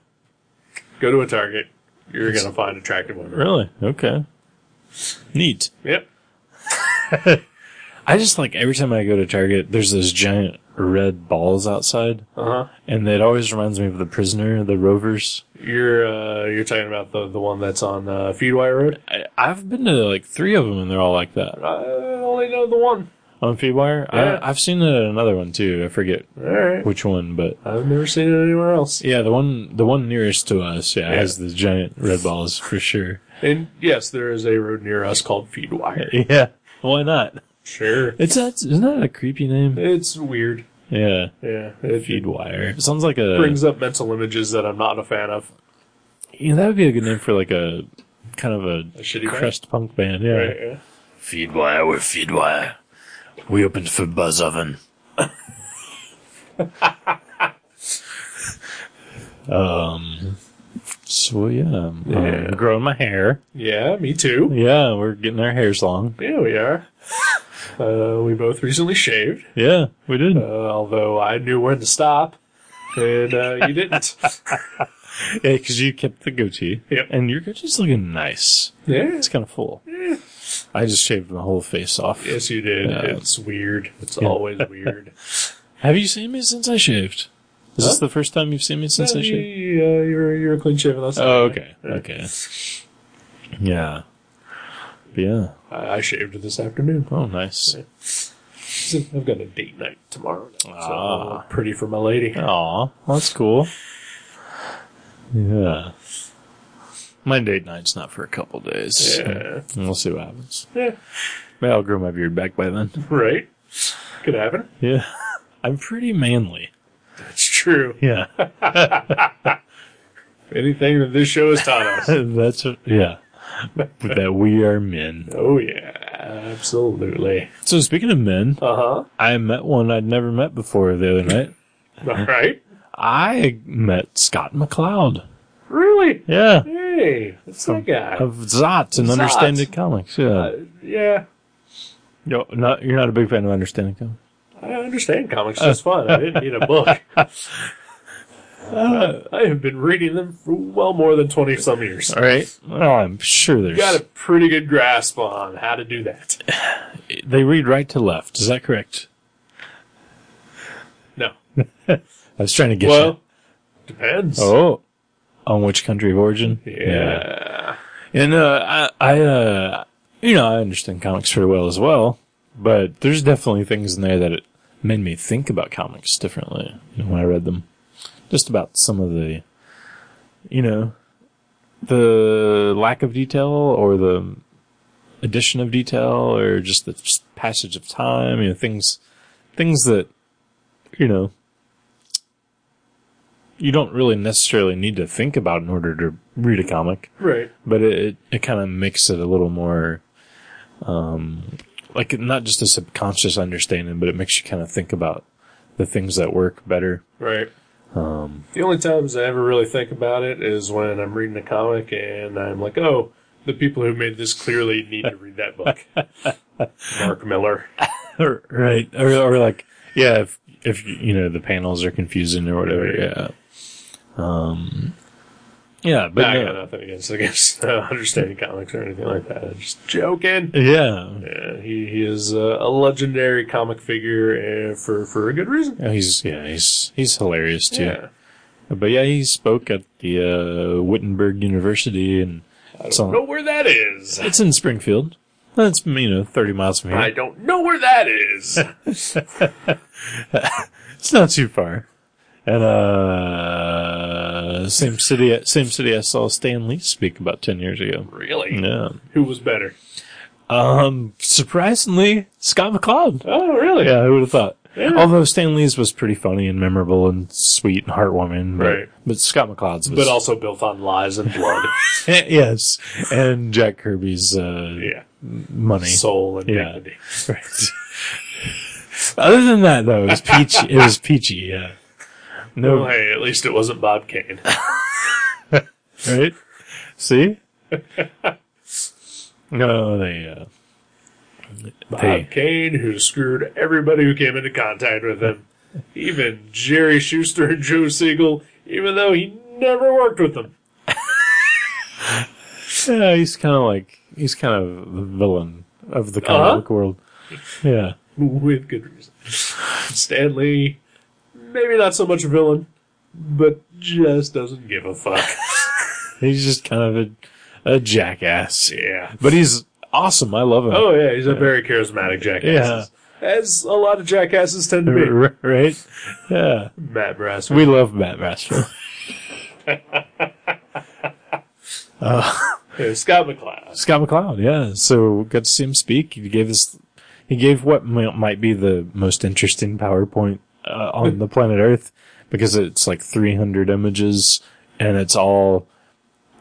S1: Go to a Target. You're going to find attractive women.
S2: Really? Okay. Neat.
S1: Yep.
S2: I just like every time I go to Target, there's those giant red balls outside,
S1: Uh huh.
S2: and it always reminds me of the prisoner, the Rovers.
S1: You're uh, you're talking about the the one that's on uh, Feedwire Road.
S2: I, I've been to like three of them, and they're all like that
S1: I only know the one.
S2: on Feedwire.
S1: Yeah.
S2: I, I've seen it at another one too. I forget
S1: All right.
S2: which one, but
S1: I've never seen it anywhere else.
S2: Yeah, the one the one nearest to us, yeah,
S1: Yeah.
S2: has the giant red balls for sure.
S1: And yes, there is a road near us called Feedwire.
S2: Yeah, why not?
S1: Sure.
S2: It's that isn't that a creepy name?
S1: It's weird.
S2: Yeah,
S1: Yeah. It, it
S2: Feedwire. It sounds like a
S1: brings up mental images that I'm not a fan of.
S2: you know, that would be a good name for like a kind of a,
S1: shitty band?
S2: crust punk band. Yeah,
S1: Right. Yeah.
S2: Feedwire, we're Feedwire. We opened for Buzz Oven. um, So yeah, um,
S1: Yeah.
S2: growing my hair.
S1: Yeah, me too.
S2: Yeah, we're getting our hairs long.
S1: Yeah, we are. Uh, we both recently shaved,
S2: Yeah, we did.
S1: uh, although I knew when to stop, and uh, you didn't.
S2: yeah, because you kept the goatee.
S1: Yep.
S2: And your goatee's looking nice.
S1: Yeah.
S2: It's kind of full. I just shaved my whole face off.
S1: Yes, you did.
S2: Yeah.
S1: It's weird. It's always weird.
S2: Have you seen me since I shaved? Is this
S1: Huh?
S2: the first time you've seen me since
S1: Yeah,
S2: I
S1: you,
S2: shaved?
S1: uh, you're you're a clean shaven. That's
S2: Oh, okay. Okay. Yeah. But yeah.
S1: I I shaved this afternoon.
S2: Oh, nice.
S1: So I've got a date night tomorrow. Now, so
S2: Ah.
S1: pretty for my lady.
S2: Aw, that's cool. Yeah. My date night's not for a couple days.
S1: Yeah.
S2: So We'll see what happens.
S1: Yeah.
S2: Maybe I'll grow my beard back by then.
S1: Right. Could happen.
S2: Yeah. I'm pretty manly.
S1: That's true.
S2: Yeah.
S1: Anything that this show has taught us.
S2: That's, yeah. But that we are men.
S1: oh yeah, absolutely.
S2: So speaking of men,
S1: Uh huh.
S2: I met one I'd never met before the other night.
S1: All right.
S2: I met Scott McCloud.
S1: Really?
S2: Yeah.
S1: Hey, that's that guy.
S2: Of Zot and
S1: Zot.
S2: Understanding Comics. Yeah.
S1: Uh, yeah,
S2: no, not, you're not a big fan of Understanding Comics?
S1: I understand comics just fine. I didn't need a book. Uh, I have been reading them for well more than twenty some years.
S2: All right. Well, I'm sure there's.
S1: Got a pretty good grasp on how to do that.
S2: They read right to left. Is that correct?
S1: No.
S2: I was trying to get you.
S1: Well, depends.
S2: Oh. On which country of origin?
S1: Yeah.
S2: And uh, I, I, uh, you know, I understand comics pretty well as well, but there's definitely things in there that it made me think about comics differently you know, when I read them. Just about some of the, you know, the lack of detail or the addition of detail or just the s- passage of time. You know, things, things that, you know. You don't really necessarily need to think about in order to read a comic
S1: Right.
S2: but it it, it kind of makes it a little more um like not just a subconscious understanding but it makes you kind of think about the things that work better
S1: Right.
S2: Um.
S1: the only times I ever really think about it is when I'm reading a comic and I'm like, oh, the people who made this clearly need to read that book. Mark Miller.
S2: or, right or, or like yeah if if you know the panels are confusing or whatever yeah um yeah but
S1: Nah, I
S2: no.
S1: got nothing against against uh, understanding comics or anything like that. I'm just joking.
S2: yeah
S1: Yeah, he, he is uh, a legendary comic figure uh, for for a good reason.
S2: Yeah, he's yeah he's he's hilarious too
S1: Yeah.
S2: but yeah he spoke at the uh wittenberg university and it's, on-
S1: Know where that is.
S2: it's in springfield that's you know 30 miles from here
S1: I don't know where that is.
S2: It's not too far. And uh same city same city I saw Stan Lee speak about ten years ago.
S1: really?
S2: Yeah.
S1: Who was better?
S2: Um surprisingly, Scott McCloud.
S1: Oh, really?
S2: Yeah, who would have thought?
S1: Yeah.
S2: Although Stan Lee's was pretty funny and memorable and sweet and heartwarming. But,
S1: Right.
S2: But Scott McCloud's was
S1: But also built on lies and blood.
S2: Yes. And Jack Kirby's uh
S1: yeah.
S2: money.
S1: Soul and
S2: Yeah.
S1: dignity.
S2: Right. Other than that though, it was peachy it was peachy, yeah. No
S1: Well, hey, at least it wasn't Bob Kane.
S2: right? See? no, they, uh,
S1: Bob
S2: Hey.
S1: Kane, who screwed everybody who came into contact with him, even Jerry Schuster and Joe Siegel, even though he never worked with them.
S2: yeah, he's kind of like, he's kind of the villain of the comic
S1: Uh-huh.
S2: book world. Yeah.
S1: With good reason. Stanley, maybe not so much a villain, but just doesn't give a fuck.
S2: He's just kind of a, a jackass.
S1: Yeah.
S2: But he's awesome. I love him.
S1: Oh yeah, he's a very charismatic jackass. As a lot of jackasses tend to be.
S2: R- right? Yeah.
S1: Matt Brass.
S2: We love Matt Rashford.
S1: Scott McCloud.
S2: Scott McCloud, yeah. So got to see him speak. He gave us, he gave what mi- might be the most interesting PowerPoint uh, on the planet Earth because it's like 300 images and it's all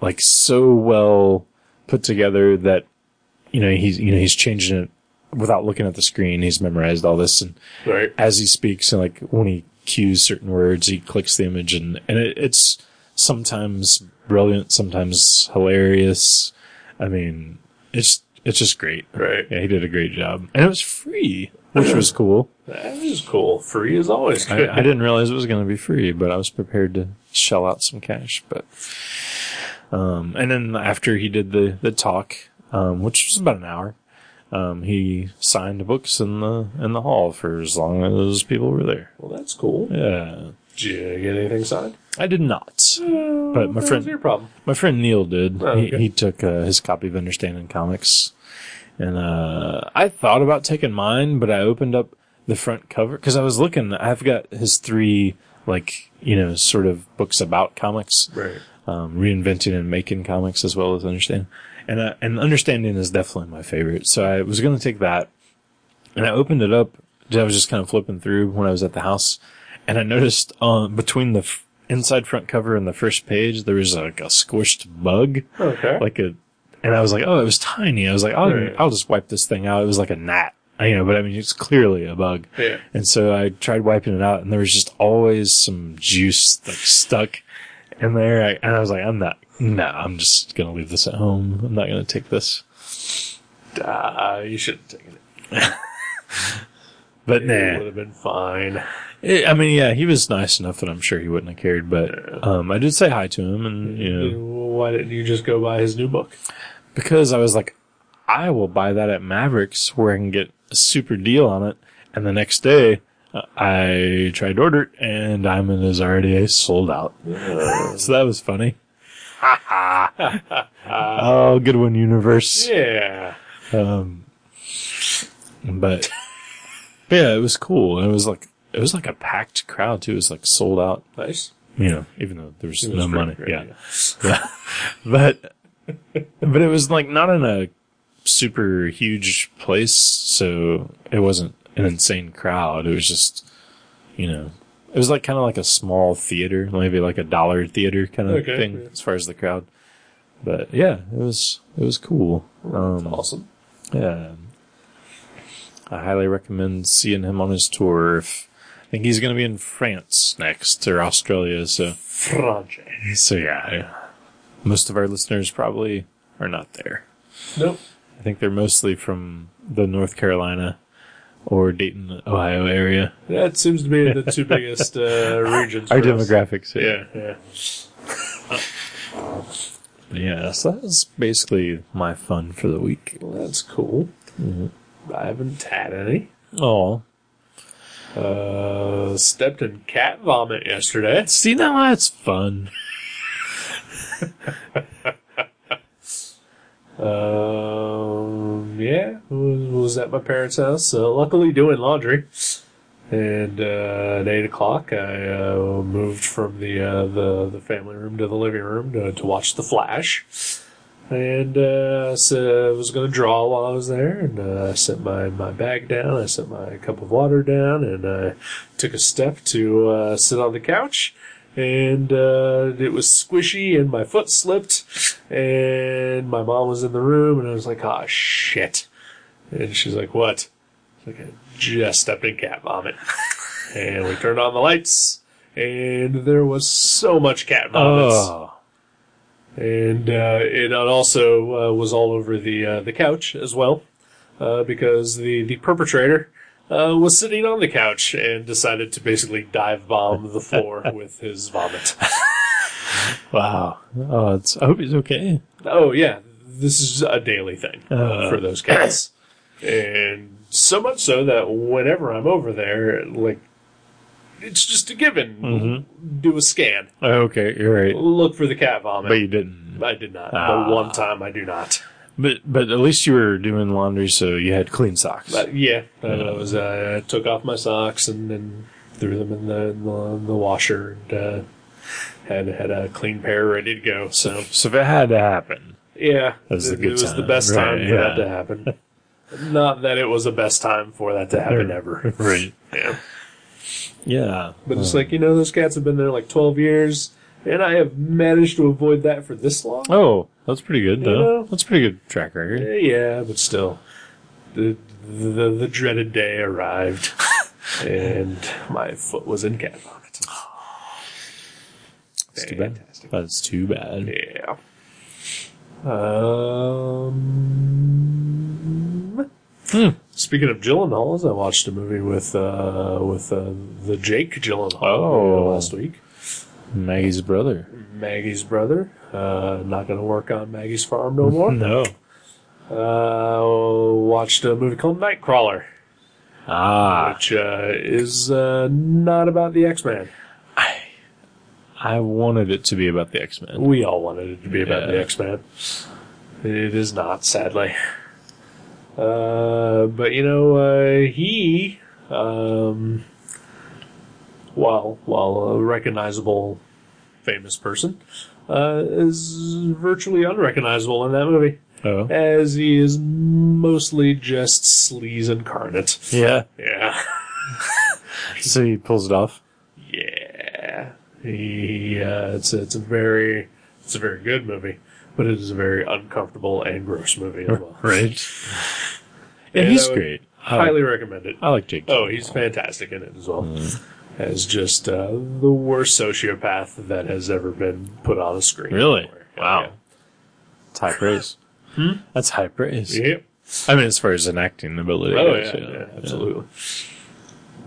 S2: like so well put together that you know he's you know he's changing it without looking at the screen. He's memorized all this and
S1: Right.
S2: as he speaks and like when he cues certain words, he clicks the image and and it, it's sometimes brilliant, sometimes hilarious. I mean, it's it's just great.
S1: Right.
S2: Yeah, he did a great job, and it was free, which was cool.
S1: That is cool. Free is always
S2: I,
S1: good.
S2: I didn't realize it was going to be free, but I was prepared to shell out some cash. But um, and then after he did the the talk, um, which was about an hour, um, he signed books in the in the hall for as long as those people were there.
S1: Well, that's cool.
S2: Yeah,
S1: Did you get anything signed?
S2: I did not. But my
S1: That
S2: friend-
S1: was your problem.
S2: My friend Neil did.
S1: Oh, okay.
S2: he, he took uh, his copy of Understanding Comics, and uh, I thought about taking mine, but I opened up the front cover because I was looking. I've got his three, like you know, sort of books about comics,
S1: Right.
S2: um, reinventing and making comics as well as understand. And uh, and understanding is definitely my favorite. So I was going to take that, and I opened it up. I was just kind of flipping through when I was at the house, and I noticed uh, between the f- inside front cover and the first page there was like a squished bug,
S1: Okay.
S2: like a. And I was like, oh, it was tiny. I was like, I'll,
S1: Right.
S2: I'll just wipe this thing out. It was like a gnat, you know. But I mean, it's clearly a bug.
S1: Yeah.
S2: And so I tried wiping it out, and there was just always some juice like stuck in there. I, and I was like, I'm not. No, I'm just gonna leave this at home. I'm not gonna take this.
S1: Ah, you should have taken it.
S2: But
S1: It
S2: nah,
S1: would have been fine.
S2: Eh, I mean, yeah, he was nice enough that I'm sure he wouldn't have cared, but um, I did say hi to him, and you know,
S1: Why didn't you just go buy his new book?
S2: because I was like, I will buy that at Mavericks where I can get a super deal on it. And the next day, uh, I tried to order it, and Diamond is already sold out. so that was funny. oh, good one, universe.
S1: Yeah.
S2: Um, but, but yeah, it was cool. And it was like it was like a packed crowd too. It was like sold out.
S1: Nice.
S2: You know, even though there was,
S1: It was
S2: no
S1: free,
S2: money.
S1: right,
S2: yeah. but but it was like not in a super huge place, so it wasn't an insane crowd. It was just you know it was like kind of like a small theater, maybe like a dollar theater kind of
S1: Okay,
S2: thing
S1: yeah.
S2: as far as the crowd. But yeah, it was it was cool. Um,
S1: Awesome.
S2: yeah. I highly recommend seeing him on his tour. If, I think he's going to be in France next or Australia. So,
S1: Franche.
S2: so yeah, I- most of our listeners probably are not there.
S1: Nope.
S2: I think they're mostly from the North Carolina or Dayton, Ohio area.
S1: That seems to be the two biggest uh, regions.
S2: Our
S1: for us.
S2: demographics.
S1: Yeah, yeah.
S2: Yeah. So that's basically my fun for the week.
S1: Well, that's cool. I haven't had any.
S2: Oh,
S1: Uh, stepped in cat vomit yesterday.
S2: see now that's fun.
S1: Um, yeah, was, was at my parents' house. Uh, luckily, doing laundry. And uh, at eight o'clock, I uh, moved from the uh, the the family room to the living room to, to watch The Flash. And uh, so I was going to draw while I was there, and uh, I set my, my bag down, I set my cup of water down, and I took a step to uh, sit on the couch. And uh, it was squishy, and my foot slipped, and my mom was in the room, and I was like, ah, shit. And she's like, what? I was like, I just stepped in cat vomit. and we turned on the lights, and there was so much cat vomit
S2: Oh,
S1: and uh, it also uh, was all over the uh, the couch as well, uh, because the the perpetrator uh, was sitting on the couch and decided to basically dive bomb the floor with his vomit.
S2: wow. Oh, it's, I hope he's okay.
S1: Oh yeah, this is a daily thing
S2: Oh.
S1: uh, for those cats, and so much so that whenever I'm over there, like it's just a given. Do a scan,
S2: Oh, Okay. You're right.
S1: look for the cat vomit.
S2: Mm-hmm. But you didn't.
S1: I did not.
S2: Ah.
S1: But one time I do not.
S2: But but at least you were doing laundry, so you had clean socks.
S1: But yeah, I was. Uh, I took off my socks and then threw them in the in the, in the washer and uh, had had a clean pair ready to go. So
S2: so if it had to happen,
S1: yeah,
S2: That was a
S1: it,
S2: good
S1: it was the
S2: time.
S1: best time
S2: Right,
S1: for
S2: yeah.
S1: that to happen. Not that it was the best time for that to happen ever.
S2: right?
S1: Yeah.
S2: Yeah,
S1: But it's like you know, those cats have been there like twelve years, and I have managed to avoid that for this long.
S2: oh, that's pretty good though.
S1: know?
S2: That's pretty good track record.
S1: Eh, Yeah, but still, the the, the dreaded day arrived, and my foot was in cat vomit.
S2: It's too bad.
S1: Fantastic.
S2: That's too bad.
S1: Yeah. Um.
S2: Hmm.
S1: Speaking of Gyllenhaals, I watched a movie with uh, with uh, the Jake Gyllenhaal
S2: Oh.
S1: last week.
S2: Maggie's brother.
S1: Maggie's brother. Uh, not going to work on Maggie's farm no more.
S2: No.
S1: Uh, watched a movie called Nightcrawler,
S2: Ah,
S1: which uh, is uh, not about the X Men.
S2: I wanted it to be about the X Men.
S1: We all wanted it to be about the
S2: Yeah.
S1: X Men. It is not, sadly. Uh, but you know, uh, he, um, while while a recognizable, famous person, uh, is virtually unrecognizable in that movie,
S2: Oh,
S1: as he is mostly just sleaze incarnate.
S2: yeah.
S1: Yeah.
S2: So he pulls it off.
S1: Yeah, he, uh, it's it's a very it's a very good movie, but it is a very uncomfortable and gross movie as well.
S2: Right. Yeah,
S1: Yeah,
S2: he's
S1: that would-
S2: great. I like,
S1: Highly recommend it.
S2: I like Jake.
S1: Oh, he's fantastic in it as well. As just uh, the worst sociopath that has ever been put on a screen.
S2: Really?
S1: Anywhere. Yeah,
S2: Wow. It's high praise. That's high praise.
S1: Hmm? Yeah. Yep.
S2: I mean, as far as an acting ability.
S1: Oh
S2: goes,
S1: yeah, yeah, absolutely.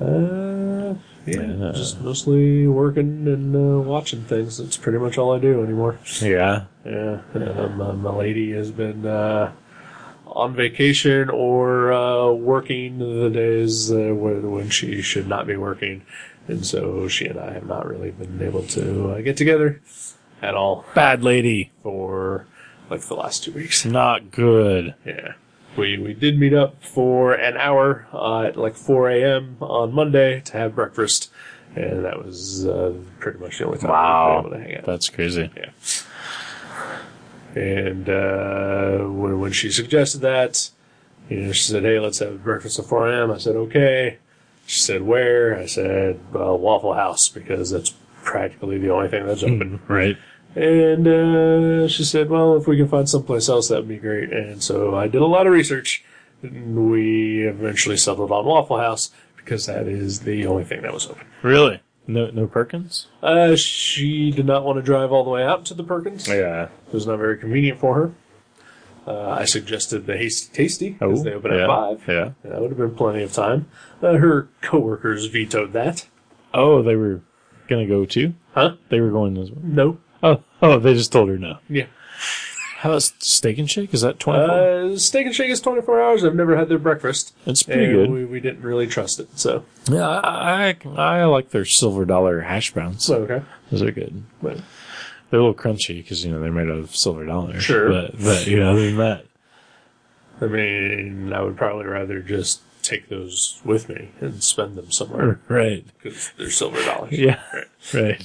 S1: Uh, yeah,
S2: Yeah.
S1: just mostly working and uh, watching things. That's pretty much all I do anymore.
S2: Yeah.
S1: Yeah, uh, my, my lady has been uh, on vacation or uh, working the days uh, when, when she should not be working. And so she and I have not really been able to uh, get together at all
S2: Bad lady.
S1: for like the last two weeks.
S2: Not good.
S1: Yeah. We, we did meet up for an hour uh, at like 4 a.m. on Monday to have breakfast. And that was uh, pretty much the only time we were able to hang out.
S2: That's crazy.
S1: Yeah. And uh, when, when she suggested that, you know, she said, "Hey, let's have breakfast at 4 a.m." I said, "Okay." She said, "Where?" I said, well, "Waffle House," because that's practically the only thing that's open.
S2: Right.
S1: And uh, she said, "Well, if we can find someplace else, that would be great." And so I did a lot of research, and we eventually settled on Waffle House because that is the only thing that was open.
S2: Really? No, no Perkins?
S1: Uh, she did not want to drive all the way out to the Perkins.
S2: Yeah.
S1: It was not very convenient for her. Uh, I suggested the Hasty Tasty because they open
S2: Oh, yeah.
S1: at five.
S2: Yeah.
S1: That would have been plenty of time. Uh, her coworkers vetoed that.
S2: Oh, they were gonna go too.
S1: Huh?
S2: They were going as well.
S1: No.
S2: Oh, oh, they just told her no.
S1: Yeah.
S2: How about Steak and Shake? Is that twenty?
S1: Uh, Steak and Shake is 24 hours. I've never had their breakfast.
S2: That's pretty
S1: and
S2: good.
S1: We, we didn't really trust it, so.
S2: yeah, I, I I like their silver dollar hash browns.
S1: So, okay.
S2: Those are good.
S1: But,
S2: They're a little crunchy because you know they're made out of silver dollar.
S1: Sure.
S2: but but you know other than that,
S1: I mean, I would probably rather just take those with me and spend them somewhere
S2: right?
S1: because they're silver dollars.
S2: Yeah, right.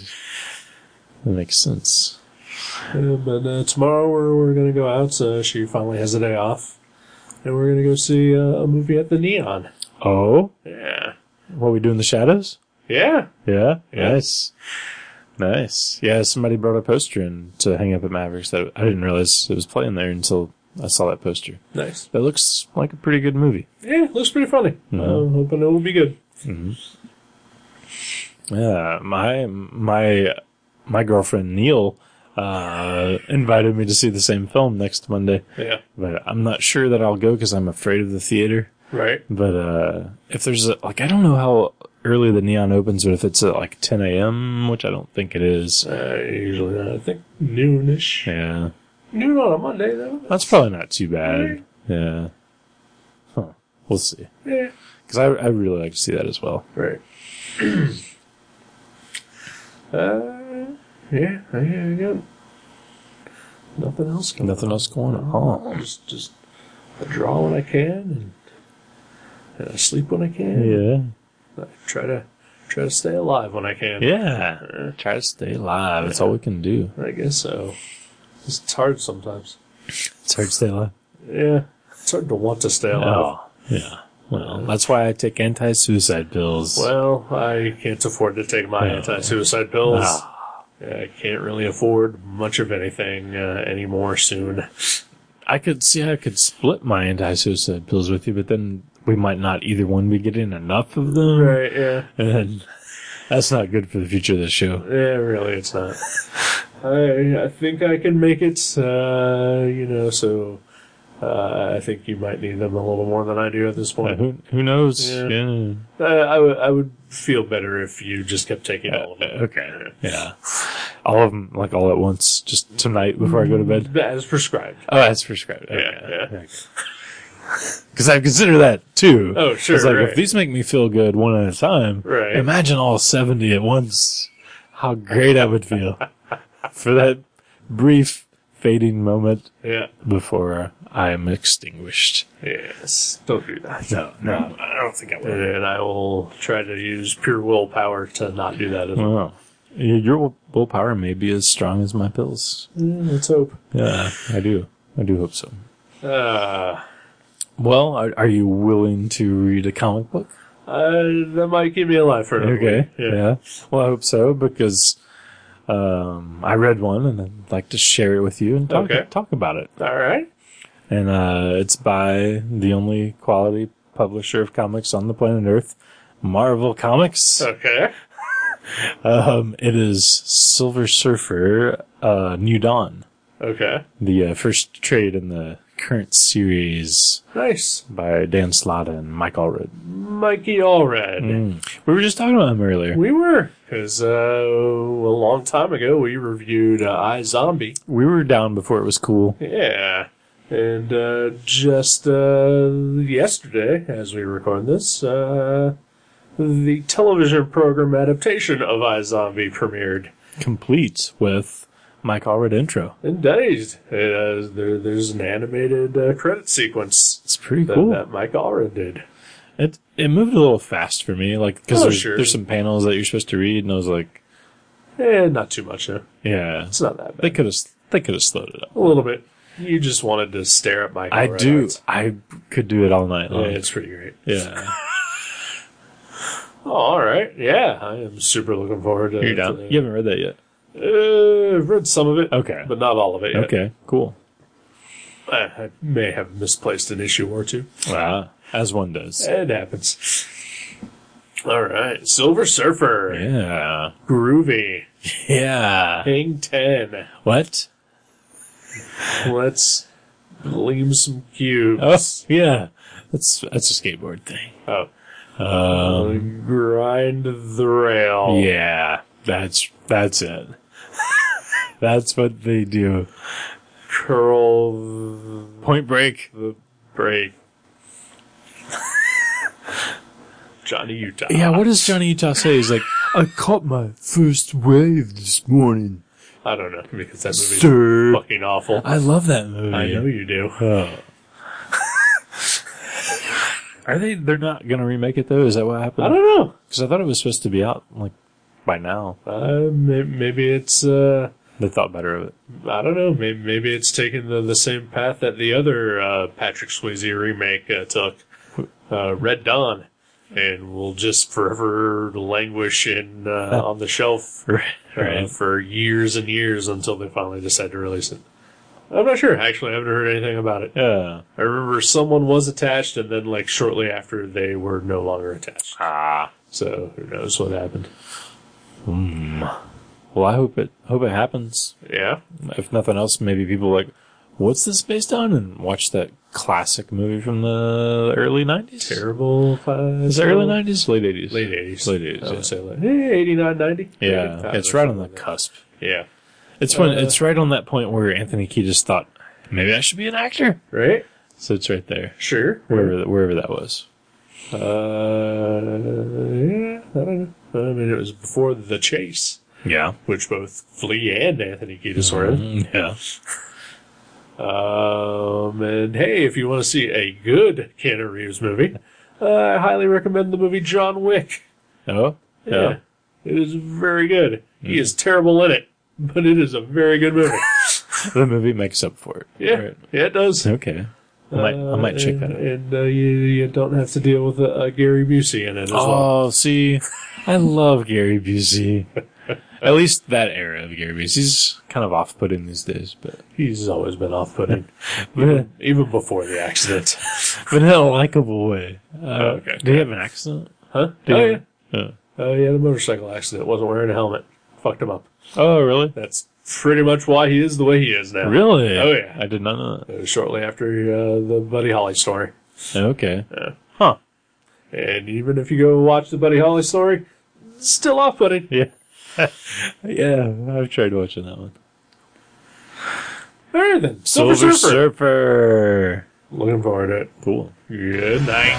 S2: That makes sense.
S1: Uh, but uh, tomorrow we're, we're going to go out. So she finally has a day off. And we're going to go see uh, a movie at the Neon.
S2: Oh,
S1: Yeah.
S2: what we do in the shadows?
S1: Yeah.
S2: Yeah,
S1: Yeah.
S2: nice, nice. Yeah, somebody brought a poster in to hang up at Mavericks that I didn't realize it was playing there until I saw that poster.
S1: Nice.
S2: That looks like a pretty good movie.
S1: Yeah, looks pretty funny. I'm hoping it will be good.
S2: Yeah, my my my girlfriend Neil uh, invited me to see the same film next Monday,
S1: Yeah.
S2: but I'm not sure that I'll go because I'm afraid of the theater.
S1: Right.
S2: But uh, if there's a, like, I don't know how early the neon opens, but if it's at like 10 a.m., which I don't think it is,
S1: Uh, usually, uh, I think noonish.
S2: yeah,
S1: Noon on a Monday, though.
S2: that's probably not too bad. Yeah, huh? We'll see.
S1: Yeah.
S2: Because I I really like to see that as well.
S1: Right. uh, yeah. Yeah. Yeah. Nothing else. Going
S2: Nothing
S1: on.
S2: else going on.
S1: Just, just I draw when I can, and, and I sleep when I can.
S2: Yeah,
S1: I try to try to stay alive when I can.
S2: yeah. Try to stay alive. That's all we can do.
S1: I guess so. It's hard sometimes.
S2: It's hard to stay alive.
S1: Yeah. It's hard to want to stay alive.
S2: Oh, yeah. Well, that's why I take anti-suicide pills.
S1: Well, I can't afford to take my anti-suicide pills.
S2: Ah,
S1: I can't really afford much of anything uh, anymore soon.
S2: I could see I could split my anti-suicide pills with you, but then we might not either one be getting enough of them.
S1: Right? Yeah.
S2: And That's not good for the future of the show.
S1: Yeah, really, it's not. I I think I can make it. Uh, you know, so uh, I think you might need them a little more than I do at this
S2: Uh,
S1: point.
S2: who who knows?
S1: Yeah.
S2: Yeah.
S1: Uh, I would I would feel better if you just kept taking all of it.
S2: Uh, Okay. Yeah. All of them, like all at once, just tonight before I go to bed.
S1: That is prescribed.
S2: Oh, that's prescribed. Okay.
S1: Mm-hmm. Yeah, yeah.
S2: Because I consider that too.
S1: Oh, sure,
S2: It's like
S1: right.
S2: if these make me feel good one at a time,
S1: Right.
S2: Imagine all seventy at once. How great I would feel for that brief fading moment
S1: Yeah.
S2: before I am extinguished.
S1: Yes. Don't do that.
S2: No, no, I don't think I will.
S1: And I will try to use pure willpower to not do that as well.
S2: Wow. Your will- willpower may be as strong as my pills.
S1: Let's hope.
S2: Yeah, I do. I do hope so.
S1: Uh,
S2: Well, are, are you willing to read a comic book?
S1: uh, that might keep me alive for another
S2: Okay.
S1: week.
S2: Yeah. Well, I hope so because um, I read one and I'd like to share it with you and talk
S1: Okay.
S2: talk about it.
S1: All right.
S2: And uh, it's by the only quality publisher of comics on the planet Earth, Marvel Comics.
S1: Okay.
S2: Um, it is Silver Surfer: uh, New Dawn,
S1: Okay.
S2: the uh, first trade in the current series
S1: Nice.
S2: by Dan Slott and Mike Allred.
S1: Mikey Allred.
S2: We were just talking about him earlier.
S1: We were. Because uh, a long time ago, we reviewed uh, I Zombie.
S2: We were down before it was cool.
S1: Yeah. And uh, just uh, yesterday, as we record this, uh, the television program adaptation of iZombie premiered.
S2: complete with Mike Allred intro.
S1: Indeed. It, uh, there, there's an animated uh, credit sequence
S2: It's pretty
S1: that,
S2: cool.
S1: that Mike Allred did.
S2: It it moved a little fast for me, like because
S1: Oh,
S2: there's,
S1: sure.
S2: there's some panels that you're supposed to read, and I was like,
S1: Eh, not too much, though.
S2: yeah,
S1: It's not that
S2: they
S1: bad.
S2: could have they could have slowed it up.
S1: A little bit. You just wanted to stare at Mike
S2: I
S1: Allred.
S2: do. I could do it all night
S1: Yeah,
S2: long. Yeah.
S1: it's pretty great. Oh, all right. Yeah, I am super looking forward to
S2: You're down.
S1: to-
S2: You haven't read that yet.
S1: Uh, I've read some of it.
S2: Okay.
S1: But not all of it yet.
S2: Okay. Cool.
S1: I, I may have misplaced an issue or two.
S2: Wow. As one does.
S1: It happens. All right. Silver Surfer.
S2: Yeah.
S1: Groovy.
S2: Yeah.
S1: Hang 10.
S2: What?
S1: Let's gleam some
S2: Oh,
S1: cubes.
S2: yeah. That's that's a skateboard thing.
S1: Oh.
S2: Um.
S1: Grind the
S2: Oh.
S1: rail.
S2: Yeah, that's that's it. that's what they do.
S1: Curl
S2: Point Break.
S1: the brake. Johnny Utah.
S2: Yeah, what does Johnny Utah say? He's like, I caught my first wave this morning,
S1: I don't know because that movie's
S2: sir.
S1: fucking awful.
S2: I love that movie.
S1: I know you do.
S2: Oh. Are they? They're not gonna remake it though. Is that what
S1: I
S2: happened?
S1: don't know.
S2: Because I thought it was supposed to be out like by now.
S1: Uh, may- maybe it's uh,
S2: They thought better of it.
S1: I don't know. Maybe, maybe it's taken the, the same path that the other uh, Patrick Swayze remake uh, took, uh, Red Dawn, and will just forever languish in uh, on the shelf uh,
S2: Right.
S1: for years and years until they finally decide to release it. I'm not sure. Actually, I haven't heard anything about it.
S2: Yeah.
S1: I remember someone was attached, and then like shortly after, they were no longer attached.
S2: Ah.
S1: So who knows what happened?
S2: Well, I hope it hope it happens.
S1: Yeah.
S2: if nothing else, maybe people like, what's this based on? And watch that classic movie from the early 90s.
S1: Terrible class.
S2: Is it early 90s? Late 80s.
S1: Late 80s.
S2: Late 80s,
S1: I
S2: yeah.
S1: would say like eh, 89, 90.
S2: Yeah.
S1: Uh,
S2: it's right on the cusp.
S1: Yeah.
S2: It's
S1: Uh,
S2: when it's right on that point where Anthony Kiedis thought, maybe I should be an actor.
S1: Right?
S2: So it's right there,
S1: Sure.
S2: wherever that, wherever that was.
S1: Uh, yeah, I don't know. I mean, it was before The Chase,
S2: Yeah.
S1: which both Flea and Anthony Kiedis were in.
S2: Yeah. Mm-hmm.
S1: Um, and hey, if you want to see a good Keanu Reeves movie, uh, I highly recommend the movie John Wick.
S2: Oh? Yeah. Mm.
S1: It is very good. He is terrible in it, but it is a very good movie.
S2: the movie makes up for it.
S1: Yeah,
S2: Right.
S1: yeah it does.
S2: Okay. I might, I might check that out.
S1: And uh, you, you don't have to deal with uh, Gary Busey in it as well.
S2: Oh, see, I love Gary Busey. At least that era of Gary Busey. He's kind of off-putting these days, but
S1: He's always been off-putting,
S2: but,
S1: even before the accident.
S2: but in a likable way. Uh,
S1: okay.
S2: Did he have an accident?
S1: Huh?
S2: Did
S1: oh
S2: he-
S1: yeah.
S2: Oh.
S1: Uh, he had a motorcycle accident. Wasn't wearing a helmet. Fucked him up.
S2: Oh, really?
S1: That's pretty much why he is the way he is now.
S2: Really?
S1: Oh, yeah.
S2: I did not know
S1: It was shortly after uh, the Buddy Holly story.
S2: that. Okay.
S1: Huh. And even if you go watch the Buddy Holly story, still off putting.
S2: Yeah. yeah, I've tried watching that one.
S1: All right then. Silver, Surfer.
S2: Surfer.
S1: Looking forward to it.
S2: Cool.
S1: Good night.